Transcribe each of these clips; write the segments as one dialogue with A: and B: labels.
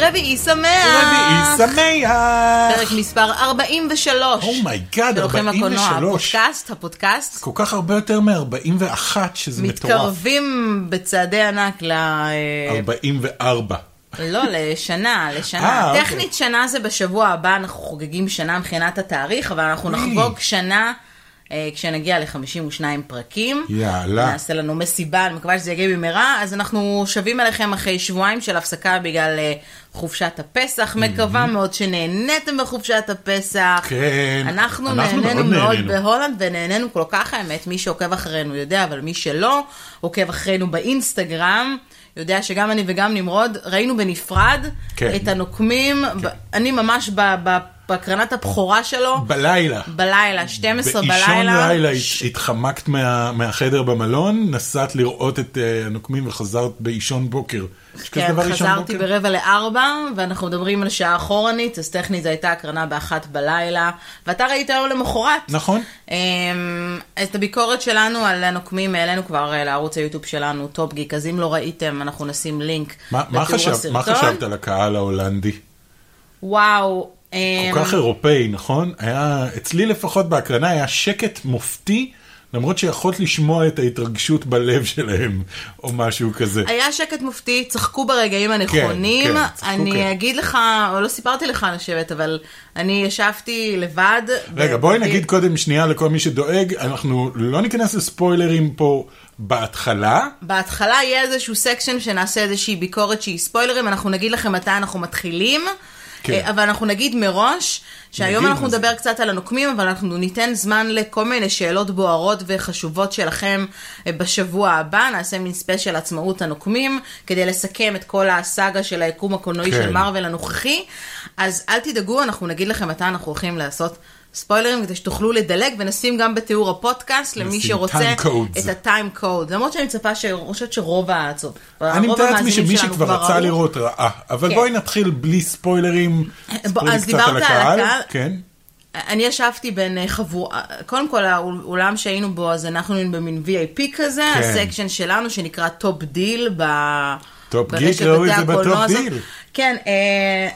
A: רביעי שמח!
B: רביעי Oh שמח!
A: אה. פרק מספר 43.
B: אומייגאד,
A: של לוחם הקולנוע,
B: 43.
A: הפודקאסט, הפודקאסט.
B: כל כך הרבה יותר מ-41, שזה מטורף.
A: מתקרבים בצעדי ענק ל... אה,
B: 44.
A: לא, לשנה,
B: אה,
A: לשנה.
B: אוקיי.
A: טכנית שנה זה בשבוע הבא, אנחנו חוגגים שנה מבחינת התאריך, אבל אנחנו
B: וואי.
A: נחגוג שנה אה, כשנגיע ל-52 פרקים.
B: יאללה.
A: נעשה לנו מסיבה, אני מקווה שזה יגיע במהרה, אז אנחנו שבים אליכם אחרי שבועיים של הפסקה בגלל אה, חופשת הפסח. מקווה מאוד שנהניתם בחופשת הפסח.
B: כן,
A: אנחנו
B: אנחנו
A: נהנינו
B: מאוד
A: מאוד
B: נהנינו.
A: בהולנד, ונהנינו כל כך האמת, מי שעוקב אחרינו יודע, אבל מי שלא עוקב אחרינו באינסטגרם, יודע שגם אני וגם נמרוד ראינו בנפרד
B: כן.
A: את הנוקמים, ב- אני ממש ב- ב- בהקרנת הבכורה שלו,
B: בלילה.
A: בלילה, 12 בלילה.
B: באישון לילה הת-
A: ש-
B: התחמקת מה- מהחדר במלון, נסעת לראות את אה, הנוקמים וחזרת באישון בוקר. יש כזה
A: כן,
B: דבר אישון
A: חזרתי
B: בוקר?
A: ברבע לארבע, ואנחנו מדברים על שעה אחורנית, אז טכנית זו הייתה הקרנה באחת בלילה, ואתה ראית היום למחרת.
B: נכון.
A: אמ, את הביקורת שלנו על הנוקמים העלינו כבר אה, לערוץ היוטיוב שלנו, טופ גיק, אז אם לא ראיתם, אנחנו נשים לינק
B: מה- מה חשב- מה חשבת על הקהל ההולנדי?
A: וואו. אמ,
B: כל כך אירופאי, נכון? היה, אצלי לפחות בהקרנה היה שקט מופתי, למרות שיכולת לשמוע את ההתרגשות בלב שלהם, או משהו כזה.
A: היה שקט מופתי, צחקו ברגעים הנכונים.
B: כן, צחקו,
A: אני
B: כן.
A: אגיד לך, או לא סיפרתי לך על השבט, אבל אני ישבתי לבד.
B: רגע,
A: ב-
B: בואי
A: ב-
B: נגיד קודם שנייה לכל מי שדואג, אנחנו לא ניכנס לספוילרים פה בהתחלה.
A: בהתחלה יהיה איזשהו סקשן שנעשה איזושהי ביקורת שהיא ספוילרים, אנחנו נגיד לכם מתי אנחנו מתחילים.
B: כן.
A: אה, אבל אנחנו נגיד מראש, שהיום
B: נגיד
A: אנחנו
B: מה זה.
A: נדבר קצת על הנוקמים, אבל אנחנו ניתן זמן לכל מיני שאלות בוערות וחשובות שלכם אה, בשבוע הבא. נעשה מין ספיישל עצמאות הנוקמים, כדי לסכם את כל הסאגה של היקום הקולנועי
B: כן.
A: של מארוול הנוכחי. אז אל תדאגו, אנחנו נגיד לכם מתי אנחנו הולכים לעשות ספוילרים, כדי שתוכלו לדלג, ונשים גם בתיאור הפודקאסט, למי
B: נשים
A: שרוצה
B: time codes.
A: את הטיים קוד, למרות שאני מצפה ש... אני חושבת שרוב ההצעות,
B: אני
A: אה, רוב
B: מתאר לעצמי
A: המאזינים
B: שמי
A: שלנו
B: שכבר רצה
A: ראו.
B: לראות ראה, אבל
A: כן. אה,
B: בואי נתחיל בלי ספוילרים. ספרי
A: אז
B: קצת
A: דיברת על הקהל. אה.
B: כן.
A: אני ישבתי בין אה, חבורה, קודם כל האולם שהיינו בו, אז אנחנו היינו במין VIP כזה,
B: כן.
A: הסקשן שלנו שנקרא טופ דיל ב...
B: טופ
A: ברשת
B: גיק, ראו
A: בתי
B: את לא, זה בטופ
A: הקולנוע הזאת.
B: דיל.
A: כן, אה,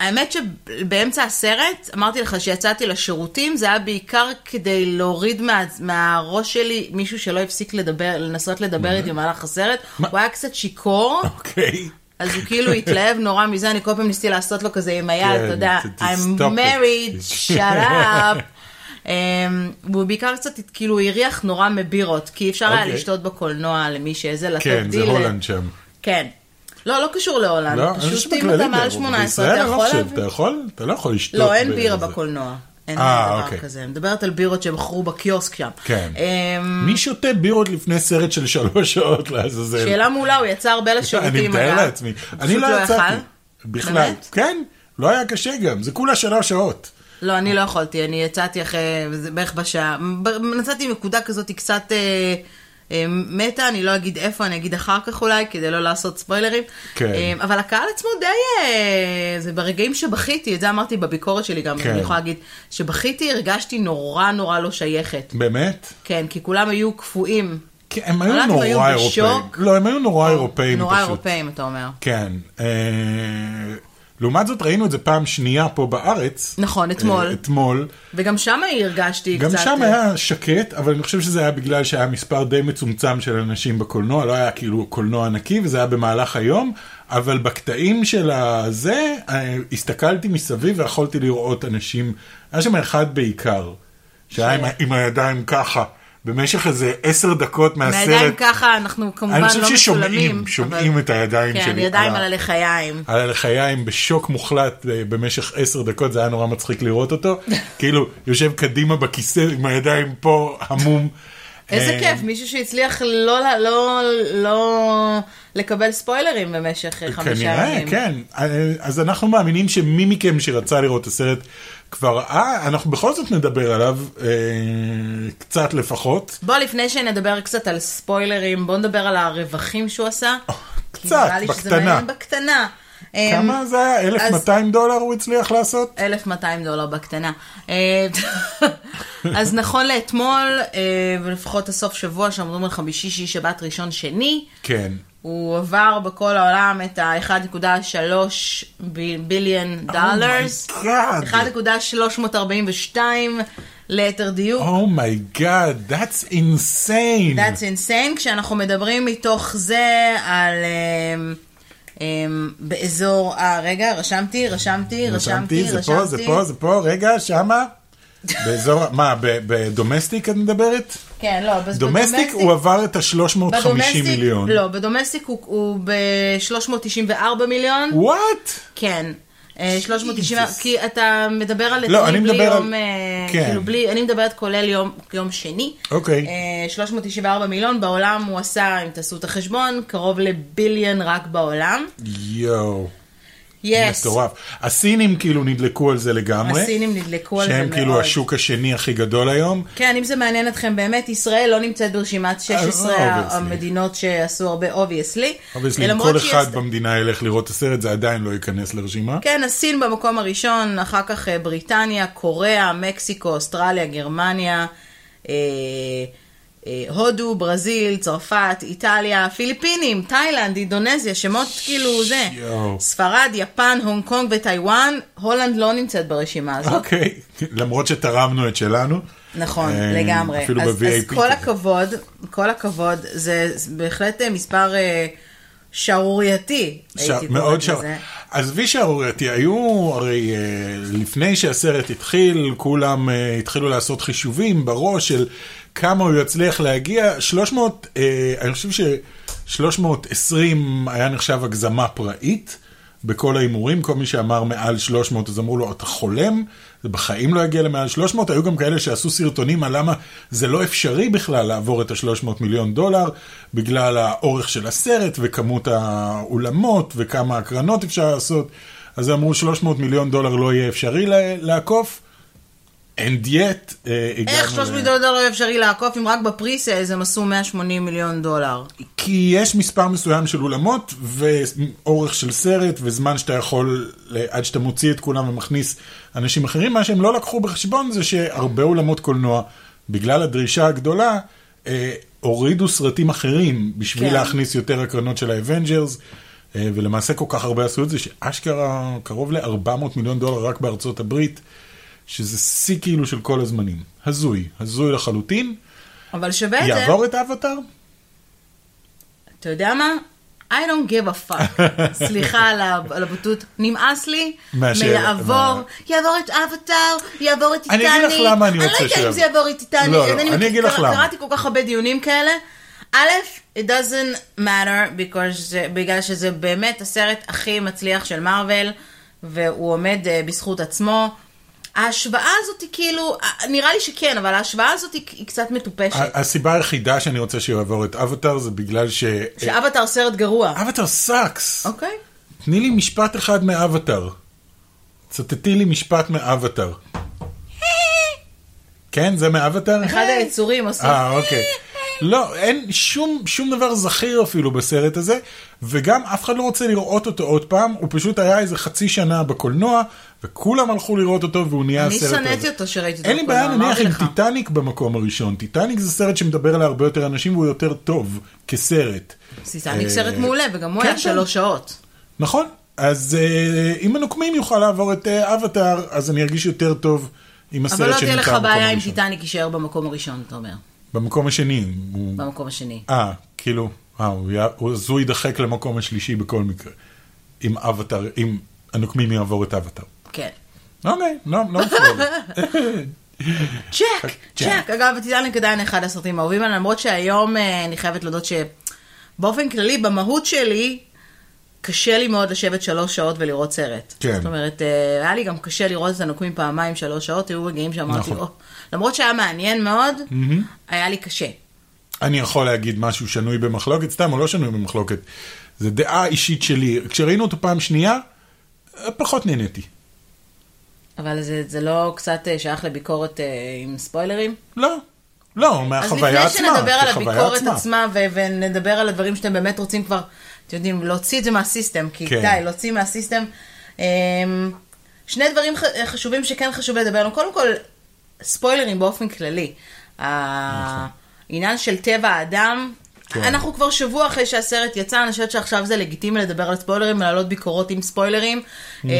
A: האמת שבאמצע הסרט, אמרתי לך שיצאתי לשירותים, זה היה בעיקר כדי להוריד מה, מהראש שלי מישהו שלא הפסיק לדבר, לנסות לדבר איתי במהלך הסרט.
B: מה?
A: הוא היה קצת שיכור.
B: אוקיי.
A: אז הוא כאילו התלהב נורא מזה, אני כל פעם ניסיתי לעשות לו כזה עם היד,
B: כן,
A: אתה יודע,
B: ת- ת-
A: I'm
B: stop it.
A: married, shut up. Um, והוא בעיקר קצת כאילו הריח נורא מבירות, כי אפשר היה
B: אוקיי.
A: לשתות בקולנוע למי שזה, לתת
B: כן, זה
A: דילר.
B: הולנד שם.
A: כן. לא, לא קשור להולנד,
B: לא, אני חושב
A: פשוט אם
B: שבכללי
A: אתה מעל
B: באירופה.
A: 18
B: בישראל
A: אתה
B: אני לא
A: יכול
B: חושב,
A: להביא.
B: אתה יכול? אתה לא יכול לשתות.
A: לא, אין בירה
B: בזה.
A: בקולנוע. אין
B: אה,
A: דבר
B: אוקיי.
A: כזה. אני מדברת על בירות שמכרו בקיוסק שם.
B: כן.
A: אמ,
B: מי שותה בירות לפני סרט של שלוש שעות לעזאזל?
A: שאלה מעולה, הוא יצא הרבה לשירותים.
B: אני מתאר
A: אגב.
B: לעצמי.
A: הוא
B: אני
A: פשוט
B: לא יצאתי.
A: יכל.
B: בכלל.
A: באמת?
B: כן, לא היה קשה גם, זה כולה שלוש שעות.
A: לא, אני לא יכולתי, אני יצאתי אחרי, זה בערך בשעה, ב- יצאתי מנקודה כזאת היא קצת אה, אה, מתה, אני לא אגיד איפה, אני אגיד אחר כך אולי, כדי לא לעשות ספוילרים.
B: כן.
A: אה, אבל הקהל עצמו די, אה, זה ברגעים שבכיתי, את זה אמרתי בביקורת שלי גם,
B: כן.
A: אני יכולה להגיד, שבכיתי הרגשתי נורא נורא לא שייכת.
B: באמת?
A: כן, כי כולם היו קפואים.
B: כי הם היו
A: אבל אז הם
B: נורא
A: היו
B: אירופאים.
A: בשוק.
B: לא, הם היו נורא אירופאים
A: נורא
B: פשוט.
A: אירופאים, אתה אומר.
B: כן. אה, לעומת זאת ראינו את זה פעם שנייה פה בארץ.
A: נכון, אתמול.
B: אה, אתמול.
A: וגם שם הרגשתי
B: גם
A: קצת...
B: שם
A: אה,
B: היה שקט, אבל אני חושב שזה היה בגלל שהיה מספר די מצומצם של אנשים בקולנוע, לא היה כאילו קולנוע ענקי, וזה היה במהלך היום, אבל בקטעים של הזה, אה, הסתכלתי מסביב ויכולתי לראות אנשים, היה שם אחד בעיקר, שהיה עם, ה- עם הידיים ככה, במשך איזה עשר דקות מהסרט.
A: מהידיים ככה, אנחנו כמובן לא
B: אני
A: מצולמים.
B: חושב ששומעים,
A: אבל-
B: שומעים את הידיים
A: כן,
B: שלי.
A: ידיים
B: ה-
A: על הלחיים.
B: על הלחיים בשוק מוחלט אה, במשך עשר דקות, זה היה נורא מצחיק לראות אותו. כאילו, יושב קדימה בכיסא עם הידיים פה, המום.
A: איזה
B: אה,
A: כיף, מישהו שהצליח לא, לא, לא, לא לקבל ספוילרים במשך אה, חמישה
B: כנראה,
A: ימים.
B: כן. אה, אז אנחנו מאמינים שמי מכם שרצה לראות את הסרט כבר ראה, אנחנו בכל זאת נדבר עליו, אה, קצת לפחות.
A: בוא, לפני שנדבר קצת על ספוילרים, בוא נדבר על הרווחים שהוא עשה. כי
B: אה, קצת,
A: נראה לי שזה
B: בקטנה.
A: מעניין בקטנה. אה,
B: כמה זה היה? 1,200 דולר הוא הצליח לעשות?
A: 1,200 דולר בקטנה. אה, אז נכון לאתמול, אה, ולפחות הסוף שבוע, שאמרו על חמישי, שישי, שבת, ראשון, שני,
B: כן.
A: הוא עבר בכל העולם את ה-1.3 ביליון דולרס.
B: Oh God.
A: 1.342 ליתר דיוק.
B: Oh my god, that's insane.
A: That's insane, כשאנחנו מדברים מתוך זה על... אמ, אמ, באזור, אה, רגע, רשמתי, רשמתי, רשמתי,
B: זה פה, זה
A: רשמתי.
B: פה, זה פה, רגע, שמה? באזור, מה, ב- בדומסטיק את מדברת?
A: כן, לא, בס-
B: דומסטיק הוא עבר את ה-350
A: בדומסטיק-
B: מיליון.
A: לא, בדומסטיק הוא- הוא ב-394 מיליון.
B: וואט?
A: כן. אה, 390, כי אתה מדבר על
B: לא, אני
A: נתונים בלי
B: מדבר על-
A: יום, אה,
B: כן.
A: כאילו בלי, אני מדברת כולל יום- יום שני.
B: אוקיי.
A: אה, 394 מיליון בעולם הוא עשה, אם תעשו את החשבון, קרוב לביליון רק בעולם.
B: יואו.
A: יס.
B: מטורף. הסינים כאילו נדלקו על זה לגמרי.
A: הסינים נדלקו על זה מאוד.
B: שהם כאילו השוק השני הכי גדול היום.
A: כן, אם זה מעניין אתכם באמת, ישראל לא נמצאת ברשימת 16 ה-
B: אה, obviously.
A: המדינות שעשו הרבה, אה, אובייסלי.
B: אובייסלי, אם כל אחד במדינה ילך לראות את הסרט, זה עדיין לא ייכנס לרשימה.
A: כן, אז סין במקום הראשון, אחר כך אה, בריטניה, קוריאה, מקסיקו, אוסטרליה, גרמניה, אה, אה, הודו, ברזיל, צרפת, איטליה, פיליפינים, תאילנד, אינדונזיה, שמות כאילו זה.
B: יואו.
A: ספרד, יפן, הונג קונג וטיוואן, הולנד לא נמצאת ברשימה הזאת.
B: אוקיי, למרות שתרמנו את שלנו.
A: נכון,
B: אה,
A: לגמרי.
B: אפילו
A: אז, אז
B: ב-VIP.
A: כל
B: כזה.
A: הכבוד, כל הכבוד, זה זה בהחלט אה, מספר אה, שערורייתי,
B: ש-
A: הייתי
B: מאוד
A: קוראת
B: שר...
A: לזה.
B: עזבי שערורייתי, היו הרי אה, לפני שהסרט התחיל, כולם אה, התחילו לעשות חישובים בראש של כמה הוא יצליח להגיע, 300, אה, אני חושב ש-320 היה נחשב הגזמה פראית. בכל ההימורים, כל מי שאמר מעל 300, אז אמרו לו, אתה חולם? זה בחיים לא יגיע למעל 300. היו גם כאלה שעשו סרטונים על למה זה לא אפשרי בכלל לעבור את ה-300 מיליון דולר, בגלל האורך של הסרט וכמות האולמות וכמה הקרנות אפשר לעשות. אז אמרו, 300 מיליון דולר לא יהיה אפשרי ל- לעקוף. And yet, אה, הגענו...
A: איך 300 מיליון דולר אפשרי לעקוף אם רק אה, בפריסייז הם עשו 180 מיליון דולר?
B: כי יש מספר מסוים של אולמות ואורך של סרט וזמן שאתה יכול ל- עד שאתה מוציא את כולם ומכניס אנשים אחרים. מה שהם לא לקחו בחשבון זה שהרבה אולמות קולנוע, בגלל הדרישה הגדולה, אה, הורידו סרטים אחרים בשביל
A: כן.
B: כן. להכניס יותר הקרנות של האבנג'רס. אה, ולמעשה כל כך הרבה עשו את זה, שאשכרה קרוב ל-400 מיליון דולר רק בארצות הברית, שזה שיא כאילו של כל הזמנים. הזוי, הזוי לחלוטין.
A: אבל שווה את זה.
B: יעבור את האבטאר?
A: אתה יודע מה? I don't give a fuck. סליחה על ה- על הבוטות. נמאס לי
B: מה ש-
A: מיעבור.
B: מה?
A: יעבור את אבטאר, יעבור את
B: אני
A: טיטניק.
B: אגיד לך למה אני
A: אני לא
B: רוצה
A: יודעת אם
B: שיעבור.
A: זה יעבור את טיטניק.
B: לא,
A: אז
B: לא, אני
A: מכיר-
B: אגיד לך
A: קרא-
B: למה.
A: קראתי כל כך הרבה דיונים כאלה. א', it doesn't matter, because זה- בגלל שזה באמת הסרט הכי מצליח של מארוול, והוא עומד אה, בזכות עצמו. ההשוואה הזאת היא כאילו, אה, נראה לי שכן, אבל ההשוואה הזאת היא היא קצת מטופשת.
B: ה- הסיבה היחידה שאני רוצה שהוא יעבור את אבטאר זה בגלל ש...
A: שאבטאר סרט גרוע.
B: אבטאר סאקס!
A: אוקיי.
B: תני לי משפט אחד מאבטאר. צטטי לי משפט מאבטאר. כן, זה מאבטאר?
A: אחד היצורים עושים...
B: אה, אוקיי. לא, אין שום, שום דבר זכיר אפילו בסרט הזה, וגם אף אחד לא רוצה לראות אותו עוד פעם, הוא פשוט היה איזה חצי שנה בקולנוע, וכולם הלכו לראות אותו והוא נהיה
A: אני
B: הסרט הזה.
A: שנאתי אותו שראיתי אותו
B: אין לי בעיה
A: בקולנוע,
B: נניח
A: אמרתי
B: עם
A: לך.
B: טיטניק במקום הראשון, טיטניק זה סרט שמדבר להרבה יותר אנשים והוא יותר טוב כסרט.
A: סיסניק
B: אה,
A: סרט מעולה, וגם הוא
B: כן,
A: היה
B: כן.
A: שלוש שעות.
B: נכון, אז אה, אם הנוקמים יוכל לעבור את אה, אבטאר, אז אני ארגיש יותר טוב עם
A: אבל
B: הסרט
A: לא תהיה
B: שנמצא
A: לך
B: במקום
A: בעיה אם
B: הראשון.
A: טיטניק יישאר במקום הראשון, אתה אומר.
B: במקום השני. הוא-
A: במקום השני.
B: אה, כאילו, אה, הוא יע- הוא- אז הוא יידחק למקום השלישי בכל מקרה. אם אבטאר, אם הנוקמים יעבור את אבטאר.
A: כן.
B: אוקיי, לא, לא מפריע.
A: צ'ק!
B: צ'ק.
A: צ'ק! אגב, טיטניק עדיין אחד הסרטים האהובים עליי, למרות שהיום אה, אני חייבת להודות שבאופן כללי, במהות שלי, קשה לי מאוד לשבת שלוש שעות ולראות סרט.
B: כן.
A: זאת אומרת, אה, היה לי גם קשה לראות את הנוקמים פעמיים שלוש שעות, היו רגעים שאמרתי,
B: נכון.
A: "או". למרות שהיה מעניין מאוד, היה לי קשה.
B: אני יכול להגיד משהו שנוי במחלוקת, סתם או לא שנוי במחלוקת. זו דעה אישית שלי. כשראינו אותו פעם שנייה, אה, פחות נהניתי.
A: אבל זה, זה לא קצת אה, שייך לביקורת אה, עם ספוילרים?
B: לא. לא,
A: אז
B: מהחוויה
A: לפני
B: עצמה,
A: שנדבר על
B: כחוויה
A: הביקורת עצמה ו- ונדבר על הדברים שאתם באמת רוצים כבר, אתם יודעים, להוציא את זה מהסיסטם, כי
B: כן.
A: די, להוציא מהסיסטם. אמ, שני דברים ח- חשובים שכן חשוב לדבר עליהם. קודם כל, ספוילרים באופן כללי. העניין של טבע האדם,
B: נכון. כן.
A: אנחנו כבר שבוע אחרי שהסרט יצא, אני חושבת שעכשיו זה לגיטימי לדבר על ספוילרים, ולהעלות ביקורות עם ספוילרים. אה,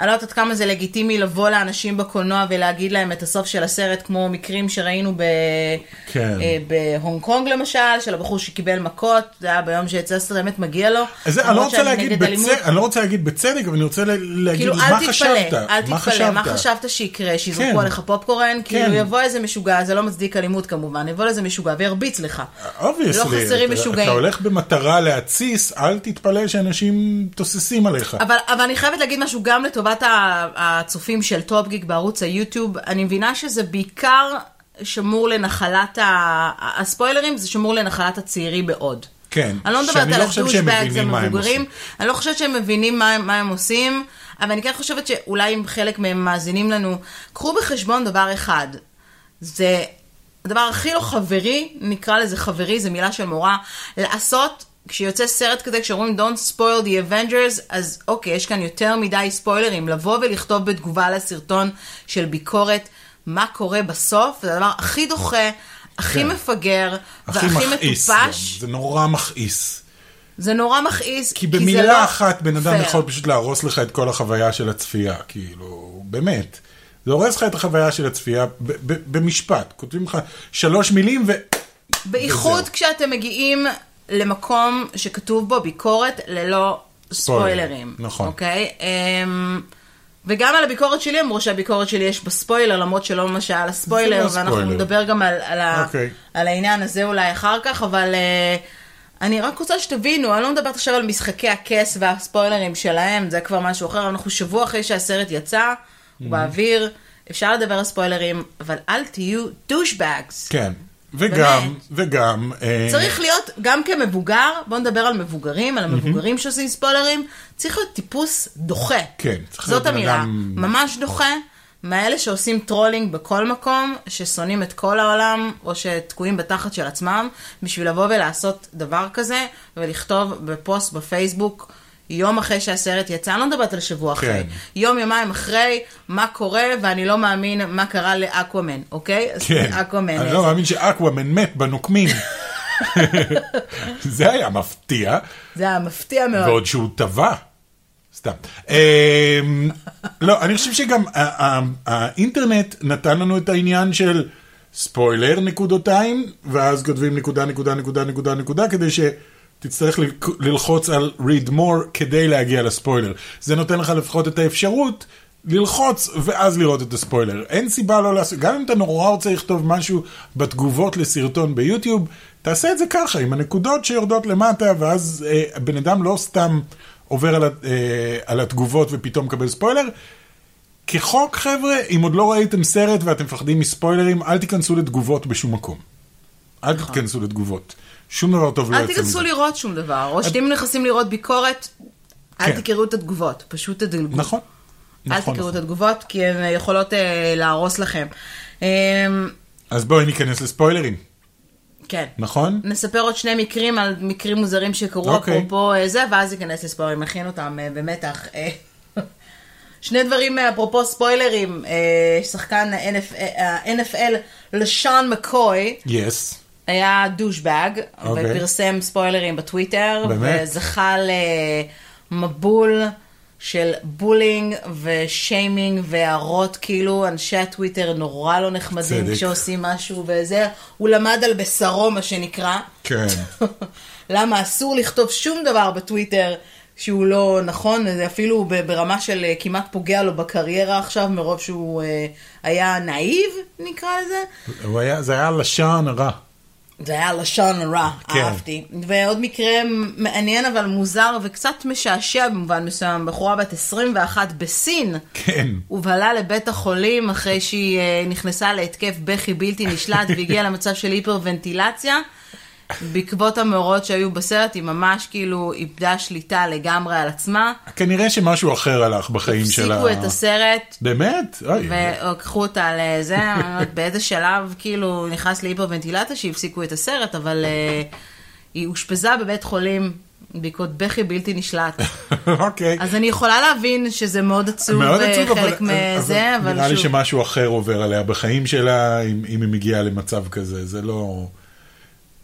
A: אני לא יודעת כמה זה לגיטימי לבוא לאנשים בקולנוע ולהגיד להם את הסוף של הסרט, כמו מקרים שראינו ב...
B: כן.
A: אה, בהונג קונג למשל, של הבחור שקיבל מכות, זה היה ביום שיצא הסרט, באמת מגיע לו.
B: אז זה, אני,
A: למרות
B: לא רוצה
A: שאני
B: להגיד
A: נגד אלימות.
B: בצדק, אני לא רוצה להגיד בצדק, אבל אני רוצה ל- להגיד
A: כאילו,
B: מה
A: אל
B: חשבת.
A: תתפלא, אל
B: מה
A: תתפלא,
B: חשבת?
A: מה חשבת שיקרה?
B: כן.
A: שיזרקו עליך פופקורן? כאילו,
B: כן.
A: יבוא איזה משוגע, זה לא מצדיק אלימות כמובן, יבוא איזה משוגע וירביץ לך.
B: Obviously,
A: לא חסרים
B: אתה-
A: משוגעים.
B: אתה הולך במטרה להתסיס, אל תתפלא שאנשים תוססים עליך.
A: אבל, אבל אני חייבת להגיד משהו גם לטובת ה- הצופים של טופגיק בערוץ היוטיוב. אני מבינה שזה בעיקר שמור לנחלת ה... הספוילרים, זה שמור לנחלת הצעירים מאוד.
B: כן,
A: אני לא
B: שאני
A: מדברת על
B: לא חושב שהם
A: הדושבגס
B: מבינים מה הם
A: המבוגרים,
B: עושים.
A: אני לא חושבת שהם מבינים מה, הם- מה הם עושים, אבל אני כן חושבת שאולי אם חלק מהם מאזינים לנו, קחו בחשבון דבר אחד, זה הדבר הכי לא חברי, נקרא לזה חברי, זו מילה של מורה, לעשות, כשיוצא סרט כזה, כשאומרים Don't spoil the Avengers, אז אוקיי, יש כאן יותר מדי ספוילרים, לבוא ולכתוב בתגובה לסרטון של ביקורת, מה קורה בסוף, זה הדבר הכי דוחה. הכי
B: כן.
A: מפגר,
B: הכי
A: והכי
B: מכעיס,
A: מטופש.
B: גם. זה נורא מכעיס.
A: זה נורא מכעיס,
B: כי
A: זה
B: במילה
A: לא
B: אחת בן אדם
A: פייר.
B: יכול פשוט להרוס לך את כל החוויה של הצפייה, כאילו, באמת. זה הורס לך את החוויה של הצפייה ב- ב- במשפט. כותבים לך שלוש מילים ו...
A: בייחוד
B: וזהו.
A: כשאתם מגיעים למקום שכתוב בו ביקורת ללא
B: ספוילרים,
A: ספוילרים.
B: נכון.
A: אוקיי? אמ, וגם על הביקורת שלי אמרו שהביקורת שלי יש בה ספוילר, למרות שלא ממש היה לה ספוילר,
B: לא
A: ואנחנו
B: ספוילר.
A: נדבר גם על, על, ה,
B: אוקיי.
A: על העניין הזה אולי אחר כך, אבל אה, אני רק רוצה שתבינו, אני לא מדברת עכשיו על משחקי הכס והספוילרים שלהם, זה כבר משהו אחר, אנחנו שבוע אחרי שהסרט יצא, הוא
B: Mm-hmm.
A: באוויר, אפשר לדבר על ספוילרים, אבל אל תהיו דושבגס.
B: כן. וגם,
A: באמת.
B: וגם... אה,
A: צריך להיות, גם כמבוגר, בוא נדבר על מבוגרים, על המבוגרים שעושים ספוילרים, צריך להיות טיפוס דוחה.
B: כן, צריך להיות
A: זאת
B: בן
A: המילה,
B: אדם-
A: ממש דוחה, מאלה שעושים טרולינג בכל מקום, ששונאים את כל העולם, או שתקועים בתחת של עצמם, בשביל לבוא ולעשות דבר כזה, ולכתוב בפוסט בפייסבוק. יום אחרי שהסרט יצא, אני לא מדברת על שבוע אחרי,
B: כן.
A: יום יומיים אחרי, מה קורה, ואני לא מאמין מה קרה לאקוואמן, אוקיי? אז
B: כן.
A: אקוואמן.
B: אני לא מאמין שאקוואמן מת בנוקמים. זה היה מפתיע,
A: זה היה מפתיע מאוד.
B: ועוד שהוא טבע. סתם. אמ, לא, אני חושב שגם ה- ה- האינטרנט נתן לנו את העניין של ספוילר נקודותיים, ואז כותבים נקודה, נקודה, נקודה, נקודה, נקודה, כדי ש... תצטרך ללק- ללחוץ על read more כדי להגיע לספוילר. זה נותן לך לפחות את האפשרות ללחוץ ואז לראות את הספוילר. אין סיבה לא לעשות, גם אם אתה נורא רוצה לכתוב משהו בתגובות לסרטון ביוטיוב, תעשה את זה ככה, עם הנקודות שיורדות למטה, ואז אה, הבן אדם לא סתם עובר על, ה- אה, על התגובות ופתאום מקבל ספוילר. כחוק, חבר'ה, אם עוד לא ראיתם סרט ואתם מפחדים מספוילרים, אל תיכנסו לתגובות בשום מקום. אל תיכנסו לתגובות. שום דבר טוב לא יוצא
A: נכון. אל
B: מזה.
A: תיכנסו לראות שום דבר, או שאם נכנסים לראות ביקורת, אל
B: כן.
A: תקראו את התגובות, פשוט תדלגו.
B: נכון.
A: אל
B: נכון,
A: תקראו את
B: נכון.
A: התגובות, כי הן יכולות אה, להרוס לכם. אה,
B: אז בואי ניכנס לספוילרים,
A: כן.
B: נכון?
A: נספר עוד שני מקרים על מקרים מוזרים שקרו,
B: אוקיי.
A: אפרופו אה, זה, ואז ניכנס לספוילרים, נכין אותם אה, במתח. אה. שני דברים אה, אפרופו ספוילרים, אה, שחקן ה-NFL, לשון מקוי,
B: יס.
A: היה דושבג,
B: אוקיי.
A: ופרסם ספוילרים בטוויטר,
B: באמת?
A: וזכה למבול של בולינג ושיימינג והערות, כאילו אנשי הטוויטר נורא לא נחמדים
B: צדק.
A: כשעושים משהו וזה, הוא למד על בשרו מה שנקרא.
B: כן.
A: למה אסור לכתוב שום דבר בטוויטר שהוא לא נכון, זה אפילו ב- ברמה של אה, כמעט פוגע לו בקריירה עכשיו, מרוב שהוא אה, היה נאיב, נקרא לזה.
B: הוא היה, זה היה לשון הרע.
A: זה היה לשון רע,
B: כן.
A: כן. אהבתי. ועוד מקרה מעניין אבל מוזר וקצת משעשע במובן מסוים, בחורה בת 21 בסין.
B: כן.
A: הובהלה לבית החולים אחרי שהיא אה, נכנסה להתקף בכי בלתי נשלט והגיעה למצב של היפרוונטילציה. בעקבות המאורעות שהיו בסרט, היא ממש כאילו איבדה שליטה לגמרי על עצמה.
B: כנראה שמשהו אחר הלך בחיים שלה.
A: הפסיקו את הסרט,
B: באמת? אוי.
A: ולקחו אותה לזה, אני לא יודעת באיזה שלב כאילו נכנס להיפרוונטילטה שהפסיקו את הסרט, אבל אה, היא אושפזה בבית חולים בעקבות בכי בלתי נשלט.
B: אוקיי.
A: אז אני יכולה להבין שזה מאוד עצוב,
B: מאוד עצוב,
A: וחלק
B: אבל-
A: מזה,
B: אבל
A: אבל
B: נראה לי
A: שוב,
B: שמשהו אחר עובר עליה בחיים שלה, אם אם היא מגיעה למצב כזה, זה לא...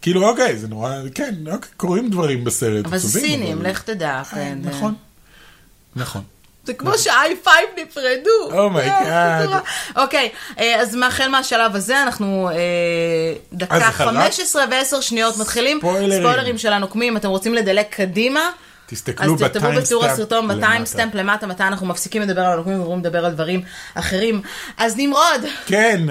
B: כאילו, אוקיי, זה נורא, כן, אוקיי, קורים דברים בסרט.
A: אבל זה
B: עצובים,
A: סינים,
B: אבל-
A: לך תדע.
B: אה,
A: כן, זה-
B: נכון. נכון.
A: זה כמו שאיי פייב
B: Oh
A: נפרדו.
B: אומייגאד.
A: זה נורא. אוקיי, אה, אז מהחל מהשלב הזה אנחנו אה,
B: אז
A: דקה
B: זה חלק?
A: 15 ו-10 שניות מתחילים.
B: ספוילרים.
A: ספוילרים של הנוקמים, אתם רוצים לדלג קדימה?
B: תסתכלו
A: אז תכתבו
B: בטיימסטמפ
A: בתיאור הסרטון,
B: למטה.
A: בטיימסטמפ למטה, מתי אנחנו מפסיקים לדבר על הנוקמים ועוברים לדבר על דברים אחרים. אז נמרוד,
B: כן.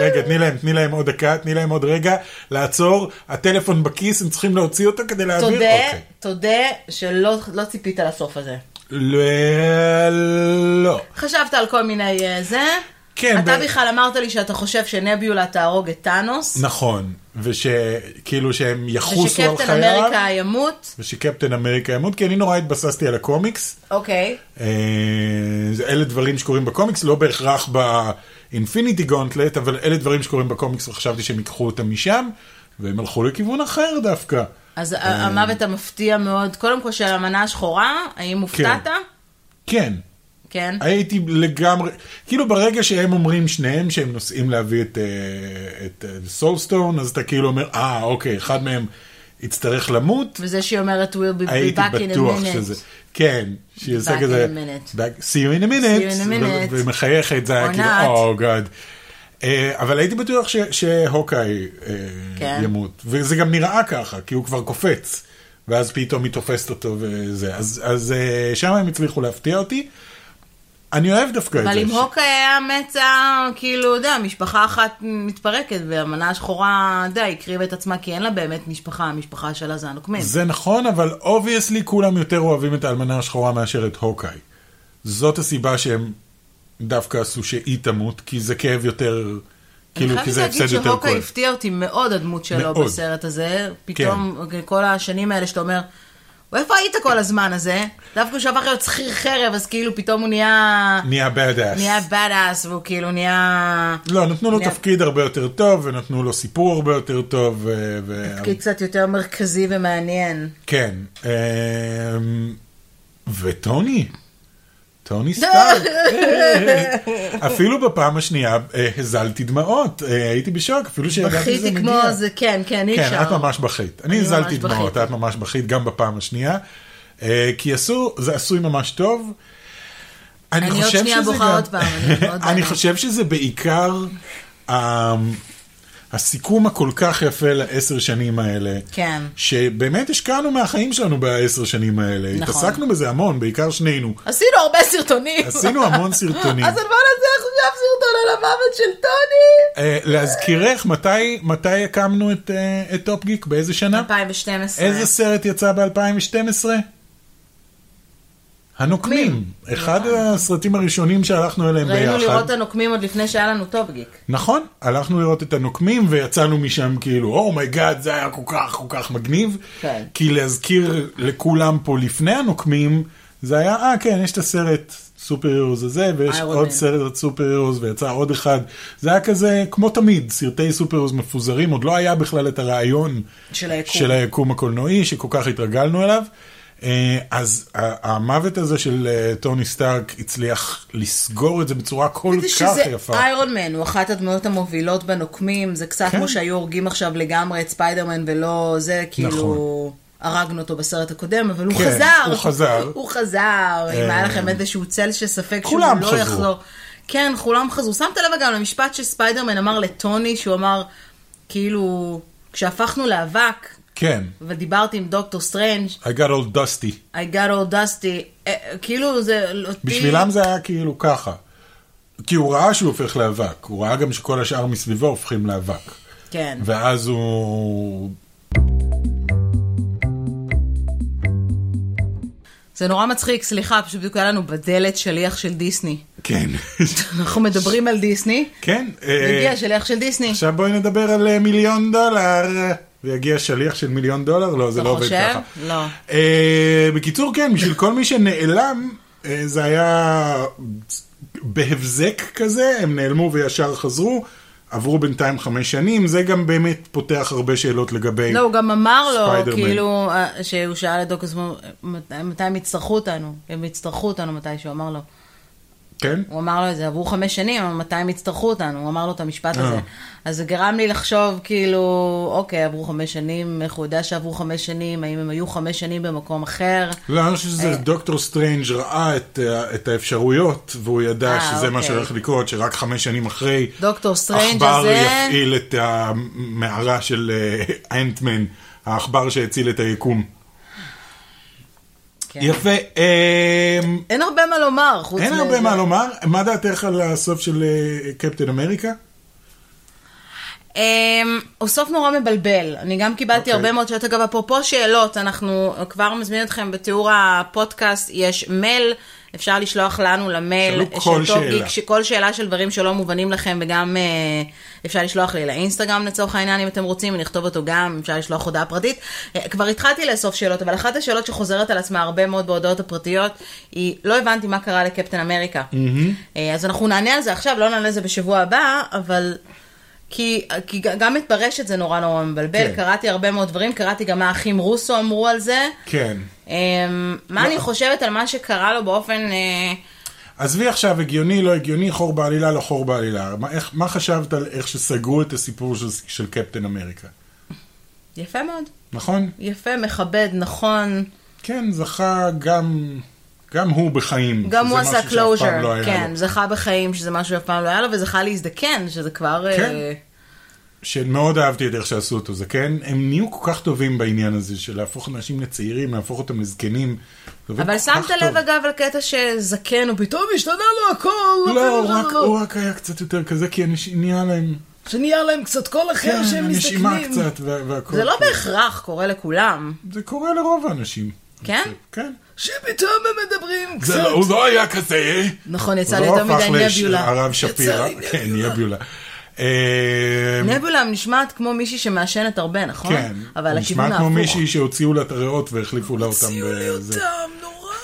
B: רגע, תני להם, תני להם עוד דקה, תני להם עוד רגע, לעצור, הטלפון בכיס, הם צריכים להוציא אותו כדי להעביר.
A: תודה,
B: אוקיי.
A: תודה שלא לא ציפית לסוף הזה.
B: ל- אוקיי. לא.
A: חשבת על כל מיני אה, זה.
B: כן,
A: אתה
B: ב-
A: בכלל אמרת לי שאתה חושב שנביולה תהרוג את טאנוס.
B: נכון. ושכאילו שהם יחוסו על
A: ושקפטן
B: חייו.
A: אמריקה ימות.
B: ושקפטן אמריקה ימות, כי אני נורא התבססתי על הקומיקס.
A: אוקיי.
B: אה, זה- אלה דברים שקורים בקומיקס, לא בהכרח באינפיניטי גונטלט, אבל אלה דברים שקורים בקומיקס, וחשבתי שהם ייקחו אותם משם, והם הלכו לכיוון אחר דווקא.
A: אז ה-
B: אה.
A: המוות המפתיע מאוד, קודם כל של המנה השחורה, האם הופתעת?
B: כן,
A: כן.
B: הייתי לגמרי, כאילו ברגע שהם אומרים שניהם שהם נוסעים להביא את, אה, את סולסטון, אז אתה כאילו אומר, אה, אוקיי, אחד מהם יצטרך למות,
A: וזה שהיא אומרת we'll be- be
B: הייתי
A: back in a minute.
B: בטוח שזה, כן, שהיא עושה
A: Back
B: כזה,
A: in a minute.
B: back- see you in a minute,
A: See you in a minute.
B: ו- ומחייכת, זה היה
A: Or
B: כאילו,
A: not.
B: או גאד. אבל הייתי בטוח ש- שהוקאי אה,
A: כן.
B: ימות, וזה גם נראה ככה, כי הוא כבר קופץ, ואז פתאום היא תופסת אותו וזה, אז- אז אה, שם הם הצליחו להפתיע אותי. אני אוהב דווקא את זה.
A: אבל אם
B: ש-
A: הוק היה מצע, אה, כאילו, אתה יודע, משפחה אחת מתפרקת, והמנה השחורה, די, הקריבה את עצמה, כי אין לה באמת משפחה, המשפחה שלה זה הנוקמים.
B: זה נכון, אבל אובייסלי כולם יותר אוהבים את האלמנה השחורה מאשר את הוקאי. זאת הסיבה שהם דווקא עשו שהיא תמות, כי זה כאב יותר, כאילו, כי זה הפסד
A: אני חייבת
B: יותר
A: להגיד שהוקה
B: כואב.
A: הפתיע אותי מאוד הדמות שלו
B: מאוד. כן.
A: בסרט הזה. פתאום, אוקיי, כל השנים האלה שאתה אומר, איפה היית כל הזמן הזה? דווקא כשהפך להיות שכיר חרב, אז כאילו פתאום הוא נהיה...
B: נהיה bad ass.
A: נהיה badass, והוא כאילו נהיה...
B: לא, נתנו לו
A: נהיה-
B: תפקיד הרבה יותר טוב, ונתנו לו סיפור הרבה יותר טוב, ו... ו-
A: תפקיד קצת יותר מרכזי ומעניין.
B: כן. אמ, וטוני, טוני
A: לא.
B: סטארק. אפילו בפעם השנייה אה, הזלתי דמעות, אה, הייתי בשוק, אפילו שידעתי שזה
A: בכיתי
B: מגיע.
A: כמו זה, כן, כן, אי
B: כן,
A: אפשר.
B: את ממש בכית. אני
A: אני
B: הזלתי
A: ממש
B: דמעות,
A: בכיתי.
B: את ממש בכית גם בפעם השנייה. אה, כי עשו, זה עשוי ממש טוב. אני
A: אני עוד
B: חושב
A: שנייה
B: שזה
A: בוכה
B: גם-
A: עוד פעם, אני מאוד
B: אני
A: בעניין.
B: חושב שזה בעיקר ה- הסיכום הכל כך יפה לעשר שנים האלה.
A: כן.
B: שבאמת השקענו מהחיים שלנו בעשר שנים האלה.
A: נכון.
B: התעסקנו בזה המון, בעיקר שנינו.
A: עשינו הרבה סרטונים.
B: עשינו המון סרטונים.
A: אז בוא נעשה עכשיו סרטון על המוות של טוני.
B: אה, להזכירך, מתי- מתי הקמנו את, אה, את טופ גיק? באיזה שנה?
A: 2012.
B: איזה סרט יצא ב-2012? הנוקמים. אחד הסרטים הראשונים שהלכנו אליהם
A: ראינו לראות את
B: ביחד.
A: הנוקמים עוד לפני שהיה לנו טופ גיק.
B: נכון, הלכנו לראות את הנוקמים ויצאנו משם כאילו, אומייגאד, זה היה כל כך כל כך מגניב.
A: כן.
B: כי להזכיר לכולם פה לפני הנוקמים, זה היה, אה כן, יש את הסרט סופר הירוס הזה, ויש
A: Iron
B: עוד
A: Man.
B: סרט סופר הירוס, ויצא עוד אחד. זה היה כזה, כמו תמיד, סרטי סופר הירוס מפוזרים, עוד לא היה בכלל את הרעיון
A: של היקום.
B: של היקום הקולנועי, שכל כך התרגלנו אליו. אה, אז ה- המוות הזה של אה, טוני סטארק הצליח לסגור את זה בצורה כל
A: זה
B: כך
A: שזה
B: יפה.
A: איירון מן, הוא אחת הדמויות המובילות בנוקמים, זה קצת
B: כן.
A: כמו שהיו הורגים עכשיו לגמרי את ספיידרמן ולא זה,
B: נכון.
A: כאילו... הרגנו אותו בסרט הקודם, אבל הוא
B: כן,
A: חזר.
B: הוא חזר. אה.
A: הוא חזר, אם היה לכם איזשהו צל של ספק שהוא
B: כולם
A: לא
B: חזרו.
A: יחזור. כן, כולם חזרו. שמת לב גם למשפט שספיידרמן אמר לטוני, שהוא אמר, כאילו, כשהפכנו לאבק,
B: כן,
A: ודיברתי עם דוקטור סטרנג',
B: I got all dusty.
A: I got all dusty, אה, כאילו זה...
B: בשבילם זה היה כאילו ככה. כי הוא ראה שהוא הופך לאבק, הוא ראה גם שכל השאר מסביבו הופכים לאבק.
A: כן.
B: ואז הוא...
A: זה נורא מצחיק, סליחה, פשוט בדיוק היה לנו בדלת שליח של דיסני.
B: כן.
A: אנחנו מדברים על דיסני,
B: כן. אה,
A: והגיע שליח של דיסני.
B: עכשיו בואי נדבר על אה, מיליון דולר. ויגיע שליח של מיליון דולר, לא, זה
A: אתה
B: לא עובד
A: חושב?
B: ככה.
A: לא.
B: אה, בקיצור, כן, בשביל כל מי שנעלם, אה, זה היה בהבזק כזה, הם נעלמו וישר חזרו, עברו בינתיים חמש שנים, זה גם באמת פותח הרבה שאלות לגבי...
A: לא, הוא גם אמר לו,
B: ספיידרמן.
A: כאילו, אה, שהוא שאל את דוק עצמו, "מתי- מתי הם יצטרכו אותנו? הם יצטרכו אותנו מתישהו, אמר לו.
B: כן?
A: הוא אמר לו את זה, עברו חמש שנים, אבל מתי הם יצטרכו אותנו? הוא אמר לו את המשפט
B: אה.
A: הזה. אז זה גרם לי לחשוב, כאילו, אוקיי, עברו חמש שנים, איך הוא יודע שעברו חמש שנים, האם הם היו חמש שנים במקום אחר?
B: לא, אני חושב
A: אה.
B: שזה דוקטור סטרנג' ראה את, אה, את האפשרויות, והוא ידע
A: אה,
B: שזה מה
A: אוקיי. לא,
B: שהולך לקרות, שרק חמש שנים אחרי,
A: דוקטור סטרנג'
B: עכבר
A: הזה-
B: יפעיל את המערה של אה, אנטמן, העכבר שהציל את היקום.
A: כן.
B: יפה, אמ,
A: אין הרבה מה לומר, חוץ
B: אין
A: מזה.
B: הרבה מה לומר, מה דעתך על הסוף של אה, קפטן אמריקה?
A: אמ, הוא סוף נורא מבלבל. אני גם קיבלתי
B: אוקיי.
A: הרבה מאוד שאלות. אגב, אפרופו שאלות, אנחנו כבר מזמין אתכם בתיאור הפודקאסט, יש מייל. אפשר לשלוח לנו למייל,
B: שאלו כל
A: של טופ
B: שאלה.
A: גיק, שכל שאלה של דברים שלא מובנים לכם, וגם אה, אפשר לשלוח לי לאינסטגרם לצורך העניין, אם אתם רוצים, אני אכתוב אותו גם, אפשר לשלוח הודעה פרטית. אה, כבר התחלתי לאסוף שאלות, אבל אחת השאלות שחוזרת על עצמה הרבה מאוד בהודעות הפרטיות, היא לא הבנתי מה קרה לקפטן אמריקה. אה, אז אנחנו נענה על זה עכשיו, לא נענה על זה בשבוע הבא, אבל כי, כי ג- גם את ברשת זה נורא נורא מבלבל,
B: כן.
A: כן. קראתי הרבה מאוד דברים, קראתי גם מה האחים רוסו אמרו על זה.
B: כן.
A: אמ, מה אני חושבת על מה שקרה לו באופן... אה,
B: עזבי עכשיו, הגיוני, לא הגיוני, חור בעלילה, לא חור בעלילה. מה, איך, מה חשבת על איך שסגרו את הסיפור של, של קפטן אמריקה?
A: יפה מאוד,
B: נכון?
A: יפה, מכבד, נכון.
B: כן, זכה גם, גם הוא בחיים.
A: גם
B: שזה
A: הוא עשה
B: משהו שאף פעם לא
A: קלוז'ר,
B: היה
A: כן,
B: לו.
A: זכה בחיים שזה משהו שאף פעם לא היה לו, וזכה להזדקן, שזה כבר... אה,
B: כן. שמאוד אהבתי את איך שעשו אותו זקן. הם נהיו כל כך טובים בעניין הזה של להפוך אנשים לצעירים, להפוך אותם לזקנים. זה עובד
A: אבל
B: כל
A: שמת
B: כך
A: לב
B: טוב.
A: אגב לקטע שזקן, הוא פתאום השתנה לו הכל,
B: לא,
A: לא,
B: הוא רק-
A: לא,
B: הוא רק היה קצת יותר כזה, כי אנשים- נהיה להם...
A: שנהיה להם קצת קול
B: כן,
A: אחר שהם
B: הנשימה
A: מסתכלים.
B: קצת וה- והכל.
A: זה לא
B: כן.
A: בהכרח קורה לכולם.
B: זה קורה לרוב האנשים.
A: כן?
B: אני חושב, כן.
A: שפתאום הם מדברים
B: זה לא- הוא לא היה כזה.
A: נכון, יצא
B: הוא
A: לי
B: לא
A: יותר מדי
B: הפך לש-
A: נביולה.
B: הרב שפירא. כן, נביולה. אה,
A: נבולה נשמעת כמו מישהי שמעשנת הרבה, נכון?
B: כן.
A: אבל הכיוון
B: נשמע כמו
A: ההפוך.
B: מישהי שהוציאו לה את הריאות והחליפו לה אותם. אה, בזה.
A: נורא,